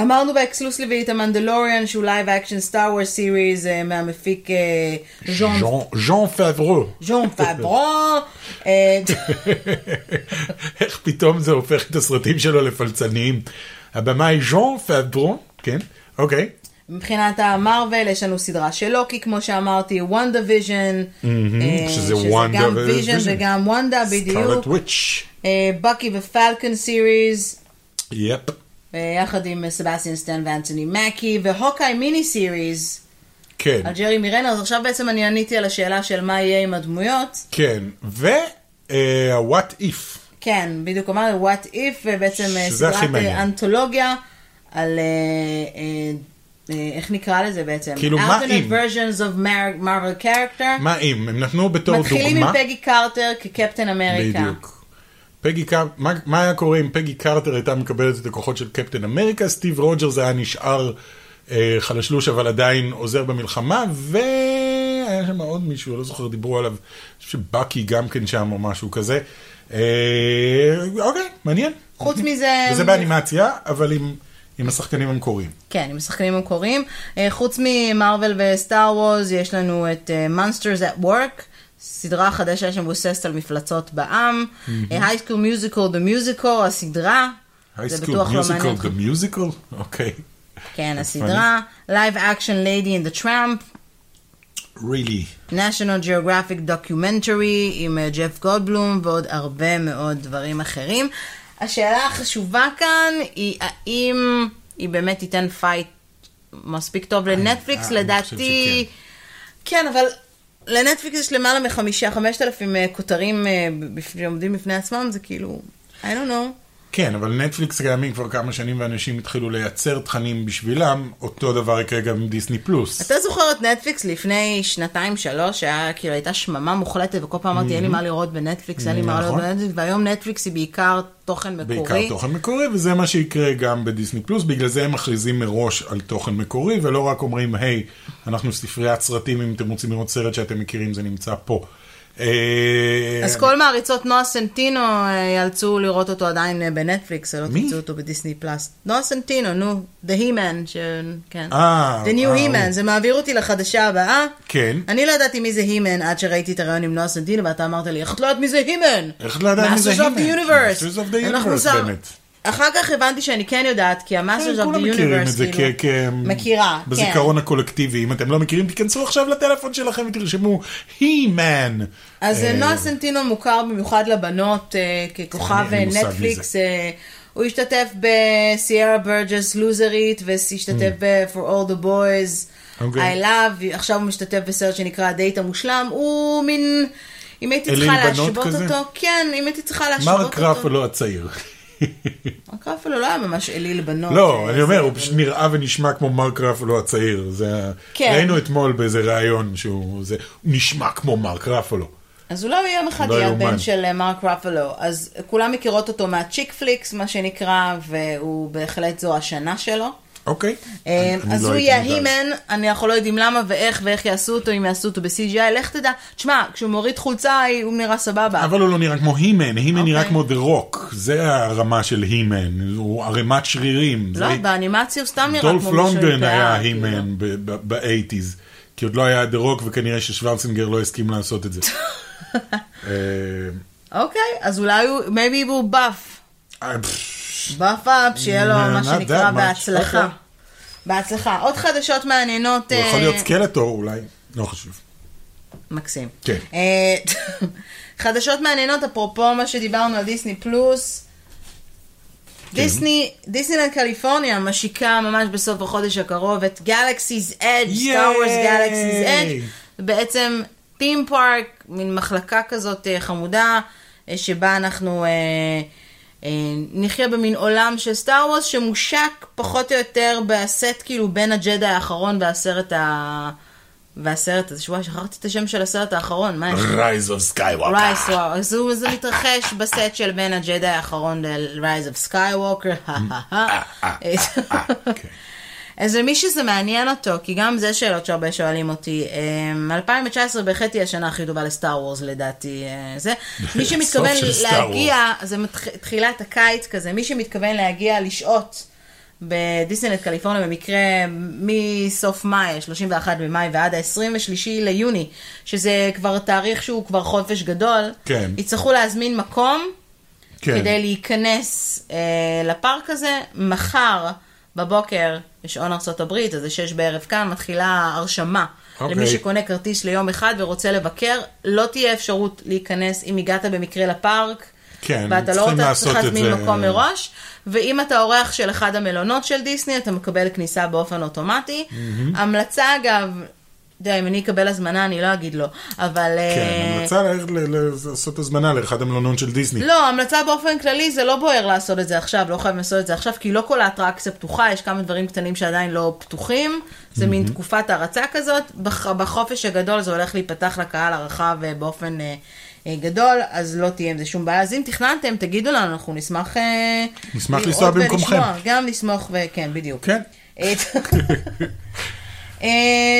A: אמרנו באקסקלוסיבי את המנדלוריאן, שהוא לייב אקשן סטאר וורס סיריז מהמפיק אה, ז'אן
B: ז'אן- ז'אן פאברו.
A: ז'אן פאברו. אה,
B: איך פתאום זה הופך את הסרטים שלו לפלצניים. הבמאי ז'אן פאברו, כן? אוקיי.
A: מבחינת המרוויל יש לנו סדרה של לוקי, כמו שאמרתי, וונדה ויז'ן, אה,
B: שזה
A: גם
B: Wanda
A: ויז'ן
B: Vision.
A: וגם וונדה
B: סקארלט
A: בדיוק,
B: וויץ'.
A: אה, בקי ופלקון סיריז,
B: יפ.
A: אה, יחד עם סבסטיאן סטן ואנתוני מקי, והוקאי מיני סיריז
B: כן.
A: על ג'רי מירנר, אז עכשיו בעצם אני עניתי על השאלה של מה יהיה עם הדמויות.
B: כן. ו-what if.
A: כן, בדיוק אמרנו what if, ובעצם אה,
B: שזה הכי
A: סדרת
B: מעניין.
A: אה, אנתולוגיה על... אה, אה, אה, איך נקרא לזה בעצם?
B: כאילו, מה אם?
A: Alternate versions of Mar- Marvel character.
B: מה אם? הם נתנו בתור דוגמה.
A: מתחילים עם פגי קרטר כקפטן אמריקה.
B: בדיוק. פגי קאר... מה, מה היה קורה אם פגי קרטר הייתה מקבלת את הכוחות של קפטן אמריקה, סטיב רוג'רס היה נשאר אה, חלשלוש אבל עדיין עוזר במלחמה, והיה שם עוד מישהו, לא זוכר, דיברו עליו, אני חושב שבאקי גם כן שם או משהו כזה. אה, אוקיי, מעניין.
A: חוץ מזה...
B: וזה באנימציה, אבל עם, עם השחקנים המקוריים.
A: כן, עם השחקנים המקוריים. אה, חוץ ממרוויל וסטאר וורז, יש לנו את אה, Monsters at Work, סדרה חדשה שמבוססת על מפלצות בעם. אה, High School Musical, The Musical, הסדרה. זה בטוח לא מעניין
B: מיוזיקל,
A: אותך.
B: דה מיוזיקל, אוקיי.
A: כן,
B: That's
A: הסדרה. Live Action Lady and the Tramp.
B: really.
A: national geographic documentary עם אה, ג'ף גולדבלום ועוד הרבה מאוד דברים אחרים. השאלה החשובה כאן היא האם היא באמת תיתן פייט מספיק טוב לנטפליקס,
B: אה, אני חושב
A: לדעתי... כן, אבל לנטפליקס יש למעלה מחמישה, חמשת אלפים אה, כותרים אה, בפ- שעומדים בפני עצמם, זה כאילו, I don't know.
B: כן, אבל נטפליקס קיימים כבר כמה שנים ואנשים התחילו לייצר תכנים בשבילם, אותו דבר יקרה גם עם דיסני פלוס.
A: אתה זוכר את נטפליקס לפני שנתיים, שלוש, שהיה, כאילו, הייתה שממה מוחלטת, וכל פעם אמרתי, אין לי מה לראות בנטפליקס, אין לי מה לראות
B: Mm-hmm. נכון.
A: בנטפליקס, והיום נטפליקס היא בעיקר תוכן מקורי.
B: בעיקר תוכן מקורי, וזה מה שיקרה גם בדיסני פלוס, בגלל זה הם מכריזים מראש על תוכן מקורי, ולא רק אומרים, היי, אנחנו ספריית סרטים, אם אתם רוצים לראות סרט שאתם מכירים, זה נמצא פה. אה,
A: אז כל מעריצות נועה סנטינו אה, יאלצו לראות אותו עדיין אה, בנטפליקס, ולא
B: מי?
A: תמצאו אותו בדיסני פלאס. נועה סנטינו, נו, The He-Man, ש... כן.
B: אה,
A: The
B: אה,
A: New He-Man,
B: הוא.
A: זה מעביר אותי לחדשה הבאה.
B: כן.
A: אני לא ידעתי מי זה He-Man עד שראיתי את הריאיון עם נועה סנטינו, ואתה אמרת לי, איך את לא יודעת מי זה He-Man?
B: איך לא יודעת מי זה
A: Masters of the
B: He-Man?
A: Universe.
B: Masters of the
A: אנחנו
B: Universe,
A: שם-
B: באמת.
A: אחר כך הבנתי שאני כן יודעת, כי המאסטרס
B: כן,
A: of the
B: כולם מכירים את זה
A: Universe,
B: כ-
A: כאילו,
B: כ-
A: מכירה, כן.
B: בזיכרון הקולקטיבי. אם אתם לא מכירים, תיכנסו עכשיו לטלפון שלכם ותרשמו He-Man.
A: אז
B: אה,
A: נועה סנטינו מוכר במיוחד לבנות אה, ככוכב
B: אין לי מושג מי
A: נטפליקס. אה, הוא השתתף בסיירה ברג'ס לוזרית, והשתתף ב-For All the Boys,
B: Mm. אוקיי.
A: I Love, עכשיו הוא משתתף בסרט שנקרא הדייט המושלם, הוא מין, אם הייתי
B: אליל
A: צריכה
B: בנות
A: להשוות
B: כזה?
A: אותו, כן, אם הייתי צריכה להשוות
B: מרק
A: אותו.
B: רפלו הצעיר.
A: מרק רפלו לא היה ממש אליל בנות.
B: לא,
A: אה,
B: אני אומר,
A: זה-
B: הוא פשוט נראה ונשמע כמו מרק רפלו הצעיר. זה ה-
A: כן.
B: ראינו אתמול באיזה ראיון שהוא זה- הוא נשמע כמו מרק לא. רפלו.
A: אז אולי הוא יום אחד
B: לא
A: יהיה
B: יאומן.
A: הבן של אה, מרק רפלו. אז כולם מכירות אותו מהצ'יק פליקס, מה שנקרא, והוא בהחלט זו השנה שלו.
B: אוקיי.
A: אה,
B: אני- אני
A: אז
B: לא
A: הוא
B: הייתי
A: יהיה
B: מודע לזה.
A: הימן, אני- אנחנו לא יודעים למה ואיך ואיך יעשו אותו, אם יעשו אותו ב-CGI, לך תדע. תשמע, כשהוא מוריד חולצה, הוא נראה סבבה.
B: אבל הוא לא נראה כמו הימן, הימן נראה
A: אוקיי.
B: כמו דה רוק, זה הרמה של הימן, הוא ערימת שרירים.
A: לא,
B: זה-
A: באנימציה הוא סתם נראה כמו
B: דולף
A: מישהו עם פאה.
B: לונגרן היה
A: כאילו.
B: הימן באייטיז, כי עוד לא היה דה רוק וכנראה ששוורצנגר לא הסכים לעשות את זה. אה,
A: אוקיי, אז אולי הוא, maybe הוא באף.
B: אה, פש,
A: באף אפ, שיהיה לו
B: Mm, Not
A: מה
B: that
A: שנקרא
B: much.
A: בהצלחה.
B: אוקיי.
A: בהצלחה. עוד חדשות מעניינות.
B: הוא יכול
A: אה,
B: להיות סקלטור אולי, לא חשוב.
A: מקסים.
B: כן.
A: אה, חדשות מעניינות, אפרופו מה שדיברנו על דיסני פלוס. דיסני, דיסנילנד קליפורניה משיקה ממש בסוף החודש הקרוב את גלקסיס אדג', סטאר וורס
B: ייי!
A: גלקסיס אדג', בעצם תים פארק, מין מחלקה כזאת אה, חמודה, אה, שבה אנחנו אה, אה, נחיה במין עולם של סטאר וורס שמושק פחות או יותר בסט כאילו בין הג'די האחרון והסרט ה... והסרט הזה, שוואי, שכחתי את השם של הסרט האחרון,
B: לא
A: מה יש?
B: Rise of
A: רייס
B: Skywalker.
A: וואו, אז הוא- זה מתרחש בסט של בין הג'די האחרון ל-Rise of Skywalker,
B: כן.
A: אז למי שזה מעניין אותו, כי גם זה שאלות שהרבה שואלים אותי, אמ, 2019 בהחלט היא השנה הכי טובה לסטאר וורס לדעתי, אה, זה. מי שמתכוון
B: הסוף של Star Wars.
A: להגיע, זה מתח- תחילת הקיץ כזה, מי שמתכוון להגיע לשהות בדיסנלד קליפורניה במקרה מסוף מאי, 31 במאי ועד ה-23 ליוני, שזה כבר תאריך שהוא כבר חופש גדול,
B: כן.
A: יצטרכו להזמין מקום. כן. כדי
B: כן.
A: להיכנס אה, לפארק הזה. מחר בבוקר, בשעון ארה"ב, אז זה שש בערב כאן, מתחילה ההרשמה.
B: אוקיי.
A: למי שקונה כרטיס ליום אחד ורוצה לבקר, לא תהיה אפשרות להיכנס אם הגעת במקרה לפארק.
B: כן,
A: ואתה לא
B: צריכים
A: רוצה,
B: לעשות
A: צריך
B: את
A: להזמין
B: זה.
A: מקום מראש, ואם אתה אורח של אחד המלונות של דיסני, אתה מקבל כניסה באופן אוטומטי. המלצה אגב, אתה יודע, אם אני אקבל הזמנה, אני לא אגיד לא, אבל...
B: כן,
A: אה,
B: המלצה ללכת ל- ל- לעשות הזמנה לאחד המלונות של דיסני.
A: לא, המלצה באופן כללי זה לא בוער לעשות את זה עכשיו, לא חייבים לעשות את זה עכשיו, כי לא כל האטרקציה פתוחה, יש כמה דברים קטנים שעדיין לא פתוחים, זה מין תקופת הרצה כזאת, בח- בחופש הגדול זה הולך להיפתח לקהל הרחב אה, באופן אה, אה, גדול, אז לא תהיה עם זה שום בעיה, אז אם תכננתם, תגידו לנו, אנחנו נשמח אה,
B: נשמח
A: לראות
B: לנסוע
A: ולשמוע.
B: במקומכם.
A: גם לשמוח וכן, בדיוק.
B: כן.
A: אה,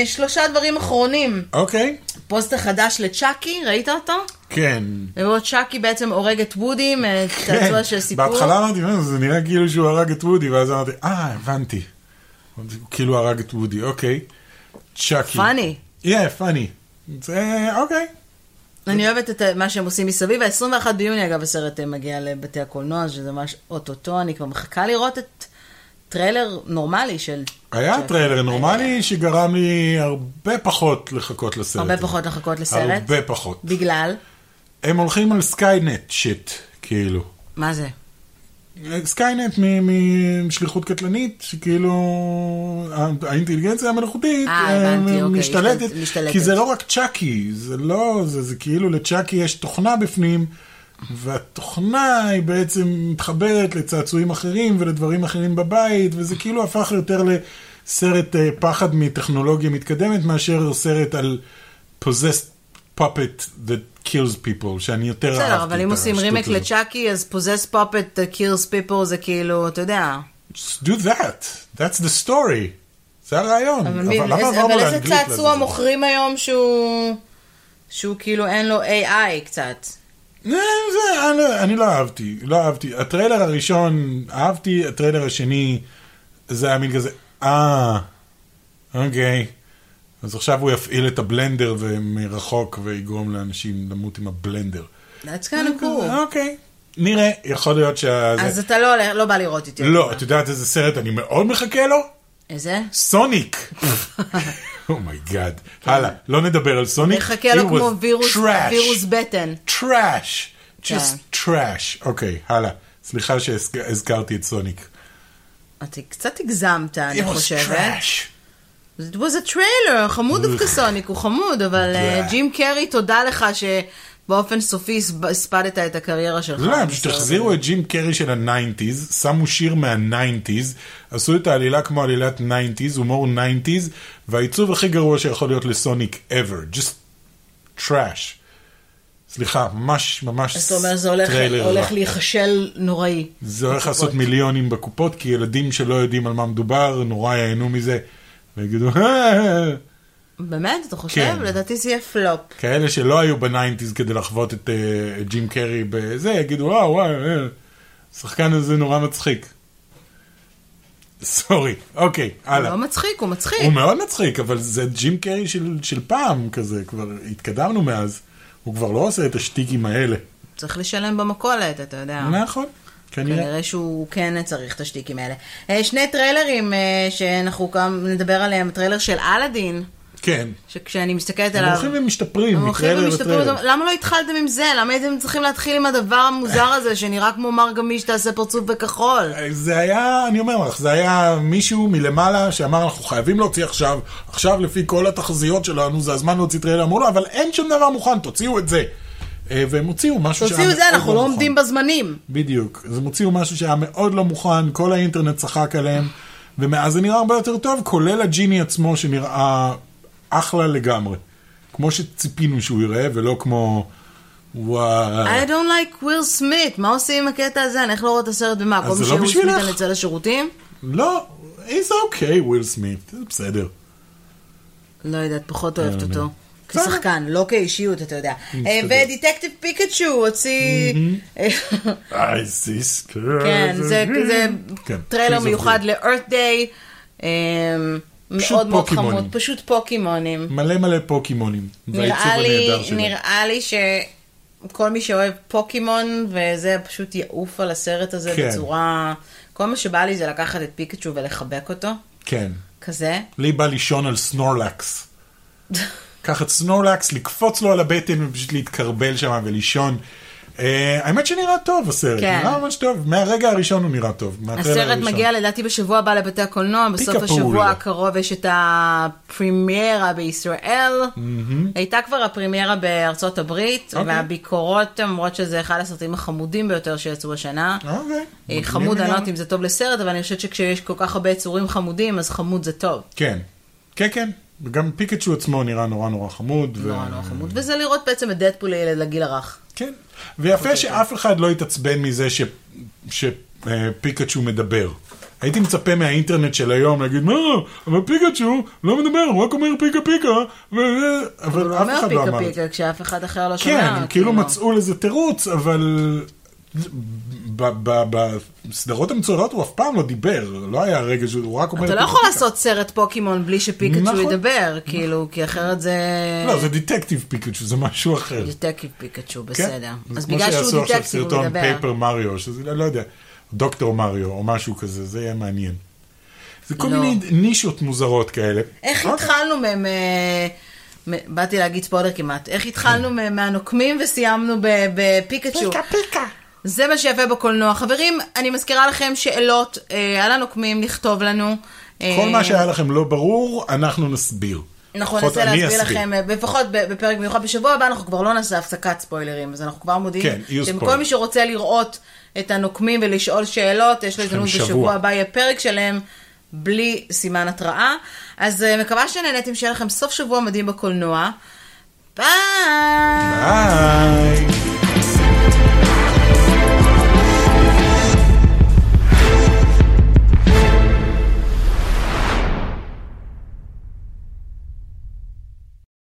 A: שלושה דברים אחרונים,
B: אוקיי.
A: פוסט החדש לצ'אקי, ראית אותו?
B: כן.
A: ובו צ'אקי בעצם הורג את וודי
B: כן.
A: מהצעצוע של סיפור.
B: בהתחלה אמרתי, "אה, זה נראה כאילו שהוא הרג את וודי, ואז אמרתי, אה, הבנתי. הוא כאילו הרג את וודי, אוקיי. צ'אקי.
A: פאני.
B: כן, פאני. זה, אוקיי.
A: אני אוהבת את מה שהם עושים מסביב. ה-21 ביוני, אגב, הסרט אה, מגיע לבתי הקולנוע, שזה ממש אוטוטו. אני כבר מחכה לראות את טריילר נורמלי של...
B: היה
A: צ'אקי.
B: טריילר נורמלי שגרם לי הרבה פחות לחכות לסרט.
A: הרבה
B: הזה.
A: פחות לחכות לסרט.
B: הרבה פחות.
A: בגלל?
B: הם הולכים על סקיינט שיט, כאילו.
A: מה זה?
B: סקיינט מ- משליחות קטלנית, שכאילו הא- האינטליגנציה המלאכותית
A: אה,
B: אה,
A: הבנתי, אוקיי,
B: משתלטת,
A: משתלט- משתלטת.
B: כי זה לא רק צ'אקי, זה לא, זה, זה כאילו לצ'אקי יש תוכנה בפנים, והתוכנה היא בעצם מתחברת לצעצועים אחרים ולדברים אחרים בבית, וזה כאילו הפך יותר לסרט אה, פחד מטכנולוגיה מתקדמת מאשר סרט על possessed puppet that kills people, שאני יותר אהבתי את
A: בסדר, אבל אם עושים
B: השטות
A: רימק
B: הזאת.
A: לצ'אקי, אז פוזס פופט, קירס פיפור uh, זה כאילו, אתה יודע.
B: Just do that, that's the story. זה הרעיון.
A: אבל מי- איזה- אבל איזה צעצוע מוכרים היום שהוא... שהוא כאילו אין לו AI קצת.
B: אה, זה, אני לא- אני לא אהבתי, לא אהבתי. הטריילר הראשון אהבתי, הטריילר השני זה היה מין כזה, אה, אוקיי. אז עכשיו הוא יפעיל את הבלנדר מרחוק ויגרום לאנשים למות עם הבלנדר. אה,
A: That's kind of cool.
B: אוקיי. נראה, יכול להיות שה...
A: אז
B: זה-
A: אתה לא הולך, לא בא לראות איתי.
B: לא, את יודעת איזה סרט אני מאוד מחכה לו?
A: איזה?
B: סוניק. אומייגאד. Oh הלאה, לא נדבר על סוניק.
A: מחכה לו
B: He
A: כמו
B: was
A: וירוס,
B: trash.
A: וירוס כן. בטן.
B: trash. just trash. אוקיי, הלאה. סליחה שהזכרתי את סוניק.
A: אתה קצת הגזמת,
B: It
A: אני
B: was
A: חושבת.
B: trash.
A: It was a trailer, חמוד דווקא סוניק, הוא חמוד, אבל אה,
B: אה.
A: ג'ים קרי, תודה לך שבאופן סופי הסב- הספדת את הקריירה שלך.
B: לא, הם
A: בסדר.
B: פשוט החזירו את ג'ים קרי של הניינטיז, שמו שיר מהניינטיז, עשו את העלילה כמו עלילת ניינטיז, הומור ניינטיז, והעיצוב הכי גרוע שיכול להיות לסוניק ever. just trash. סליחה, ממש ממש
A: זאת אומרת, זה הולך-
B: טריילר רע.
A: הולך להיכשל נוראי.
B: זה הולך
A: בקופות.
B: לעשות מיליונים בקופות, כי ילדים שלא יודעים על מה מדובר, נורא ייהנו מזה, ויגידו, "אה."
A: באמת? אתה חושב?
B: כן.
A: לדעתי זה יהיה פלופ.
B: כאלה שלא היו בניינטיז כדי לחוות את אה, את ג'ים קרי בזה, יגידו, וואו, וואו, אה, השחקן הזה נורא מצחיק. סורי, אוקיי,
A: הוא
B: הלאה.
A: לא מצחיק, הוא מצחיק.
B: הוא מאוד מצחיק, אבל זה ג'ים קרי של, של פעם כזה, כבר התקדמנו מאז, הוא כבר לא עושה את השטיקים האלה.
A: צריך לשלם במכולת, אתה יודע.
B: נכון, כנראה.
A: אה. כנראה שהוא כן צריך את השטיקים האלה. אה, שני טריילרים אה, שאנחנו גם נדבר עליהם, טריילר של אלאדין,
B: כן.
A: שכשאני מסתכלת
B: הם
A: עליו...
B: הולכים ומשתפרים,
A: לא הם הולכים
B: מטריילר
A: ומשתפרים,
B: לטריילר.
A: למה לא התחלתם עם זה? למה הייתם צריכים להתחיל עם הדבר המוזר הזה, שנראה כמו מר גמיש תעשה פרצוף בכחול?
B: אה, זה היה, אני אומר לך, זה היה מישהו מלמעלה שאמר אנחנו חייבים להוציא עכשיו, עכשיו לפי כל התחזיות שלנו זה הזמן להוציא טריילר, אמרו לו, אבל אין שום דבר מוכן, תוציאו את זה. אה, והם הוציאו משהו
A: תוציאו את זה,
B: מאוד
A: אנחנו לא
B: מוכן.
A: עומדים בזמנים.
B: בדיוק, אז הם הוציאו משהו שהיה מאוד לא מוכן, כל האינטרנט צחק עליהם, ומאז זה נראה הרבה יותר טוב, כולל הג'יני עצמו שנראה אחלה לגמרי. כמו שציפינו שהוא ייראה, ולא כמו... וואו.
A: I don't like וויל סמית, מה עושים עם הקטע הזה? אני איך לא רואה את הסרט ומה, כל
B: זה
A: מי
B: לא
A: שוויל סמית
B: בשבילך.
A: אני אצא לשירותים?
B: לא, he's okay, וויל סמית, זה בסדר.
A: לא יודעת, פחות אוהבת
B: אה,
A: אותו.
B: לא.
A: כשחחקן, לא כאישיות, אתה יודע. אה,
B: מסתדר.
A: ודטקטיב פיקצ'ו הוציא...
B: אה, אייסיס,
A: כן, זה זה
B: כן,
A: טריילר
B: Trees of
A: מיוחד
B: Green.
A: ל-Earth Day. אה,
B: פשוט
A: מאוד מאוד
B: פוקימונים.
A: חמוד, פשוט פוקימונים.
B: מלא מלא פוקימונים.
A: נראה
B: והעיצוב
A: לי,
B: הנהדר שלהם.
A: נראה לי שכל מי שאוהב פוקימון וזה פשוט יעוף על הסרט הזה
B: כן.
A: בצורה... כל מה שבא לי זה לקחת את פיקצ'ו ולחבק אותו,
B: כן.
A: כזה.
B: לי בא לישון על סנורלקס. קח את סנורלקס, לקפוץ לו על הבטן ופשוט להתקרבל שם ולישון. אה, האמת שנראה טוב הסרט,
A: כן.
B: נראה ממש טוב, מהרגע הראשון הוא נראה טוב. מהטריילר
A: הסרט
B: הראשון.
A: מגיע לדעתי בשבוע הבא לבתי הקולנוע, בסוף
B: פיקה פול.
A: השבוע הקרוב יש את הפרימיירה בישראל. הייתה כבר הפרימיירה בארצות הברית,
B: אוקיי.
A: והביקורות אומרות שזה אחד הסרטים החמודים ביותר שיצאו השנה.
B: אוקיי.
A: אה,
B: מגניב
A: חמוד, אני לא
B: לגמרי.
A: יודעת אם זה טוב לסרט, אבל אני חושבת שכשיש כל כך הרבה יצורים חמודים, אז חמוד זה טוב.
B: כן, כן, כן. וגם פיקצ'ו עצמו נראה נורא נורא חמוד. ו-
A: נורא נורא חמוד. וזה לראות בעצם את דדפול לילד לגיל הרך.
B: כן, ויפה שאף אחד לא התעצבן מזה ש- שפיקצ'ו מדבר. הייתי מצפה מהאינטרנט של היום להגיד, מה, אבל פיקצ'ו לא מדבר, הוא רק אומר פיקה פיקה, ו...
A: אבל
B: אבל
A: הוא
B: אף
A: אומר
B: אחד לא
A: פיקה
B: אמר.
A: פיקה כשאף אחד אחר לא שומע.
B: כן, הם כאילו מצאו לזה תירוץ, אבל ב- ב- בסדרות המצוינות הוא אף פעם לא דיבר, לא היה רגע שהוא רק אומר
A: אתה לא
B: "פיקה,
A: יכול
B: פיקה".
A: לעשות סרט פוקימון בלי שפיקצ'ו
B: נכון.
A: ידבר, כאילו, כי אחרת זה...
B: לא, זה דטקטיב פיקצ'ו, זה משהו אחר.
A: דטקטיב פיקצ'ו,
B: כן.
A: בסדר.
B: זה
A: אז
B: כמו
A: בגלל
B: שיעשו
A: שהוא
B: עכשיו
A: דטקטיב הוא
B: סרטון
A: מדבר.
B: פייפר מריו, שזה לא, לא יודע, דוקטור מריו או משהו כזה, זה יהיה מעניין. זה כל
A: לא.
B: מיני נישות מוזרות כאלה.
A: איך
B: אוקיי.
A: התחלנו מהם... אה, מ-
B: כן.
A: באתי להגיד ספוילר כמעט. איך התחלנו מ- מהנוקמים וסיימנו ב- בפיקצ'ו.
C: Pica, pica.
A: זה מה שיפה בקולנוע. חברים, אני מזכירה לכם שאלות אה, על הנוקמים, לכתוב לנו. אה,
B: כל מה שהיה לכם לא ברור, אנחנו נסביר.
A: נכון,
B: לפחות
A: ננסה
B: אני
A: להסביר
B: אסביר.
A: לכם, אה, בפחות ב- בפרק מיוחד בשבוע הבא, אנחנו כבר לא נעשה הפסקת ספוילרים, אז אנחנו כבר
B: כן,
A: מודיעים.
B: יהיו
A: שכל
B: ספוילרים.
A: מי שרוצה לראות את הנוקמים ולשאול שאלות, יש לו הזדמנות
B: שבוע.
A: בשבוע הבא, יהיה פרק שלם בלי סימן התראה. אז אה, מקווה שנהניתם, שיהיה לכם סוף שבוע מדהים בקולנוע. ביי!
B: ביי.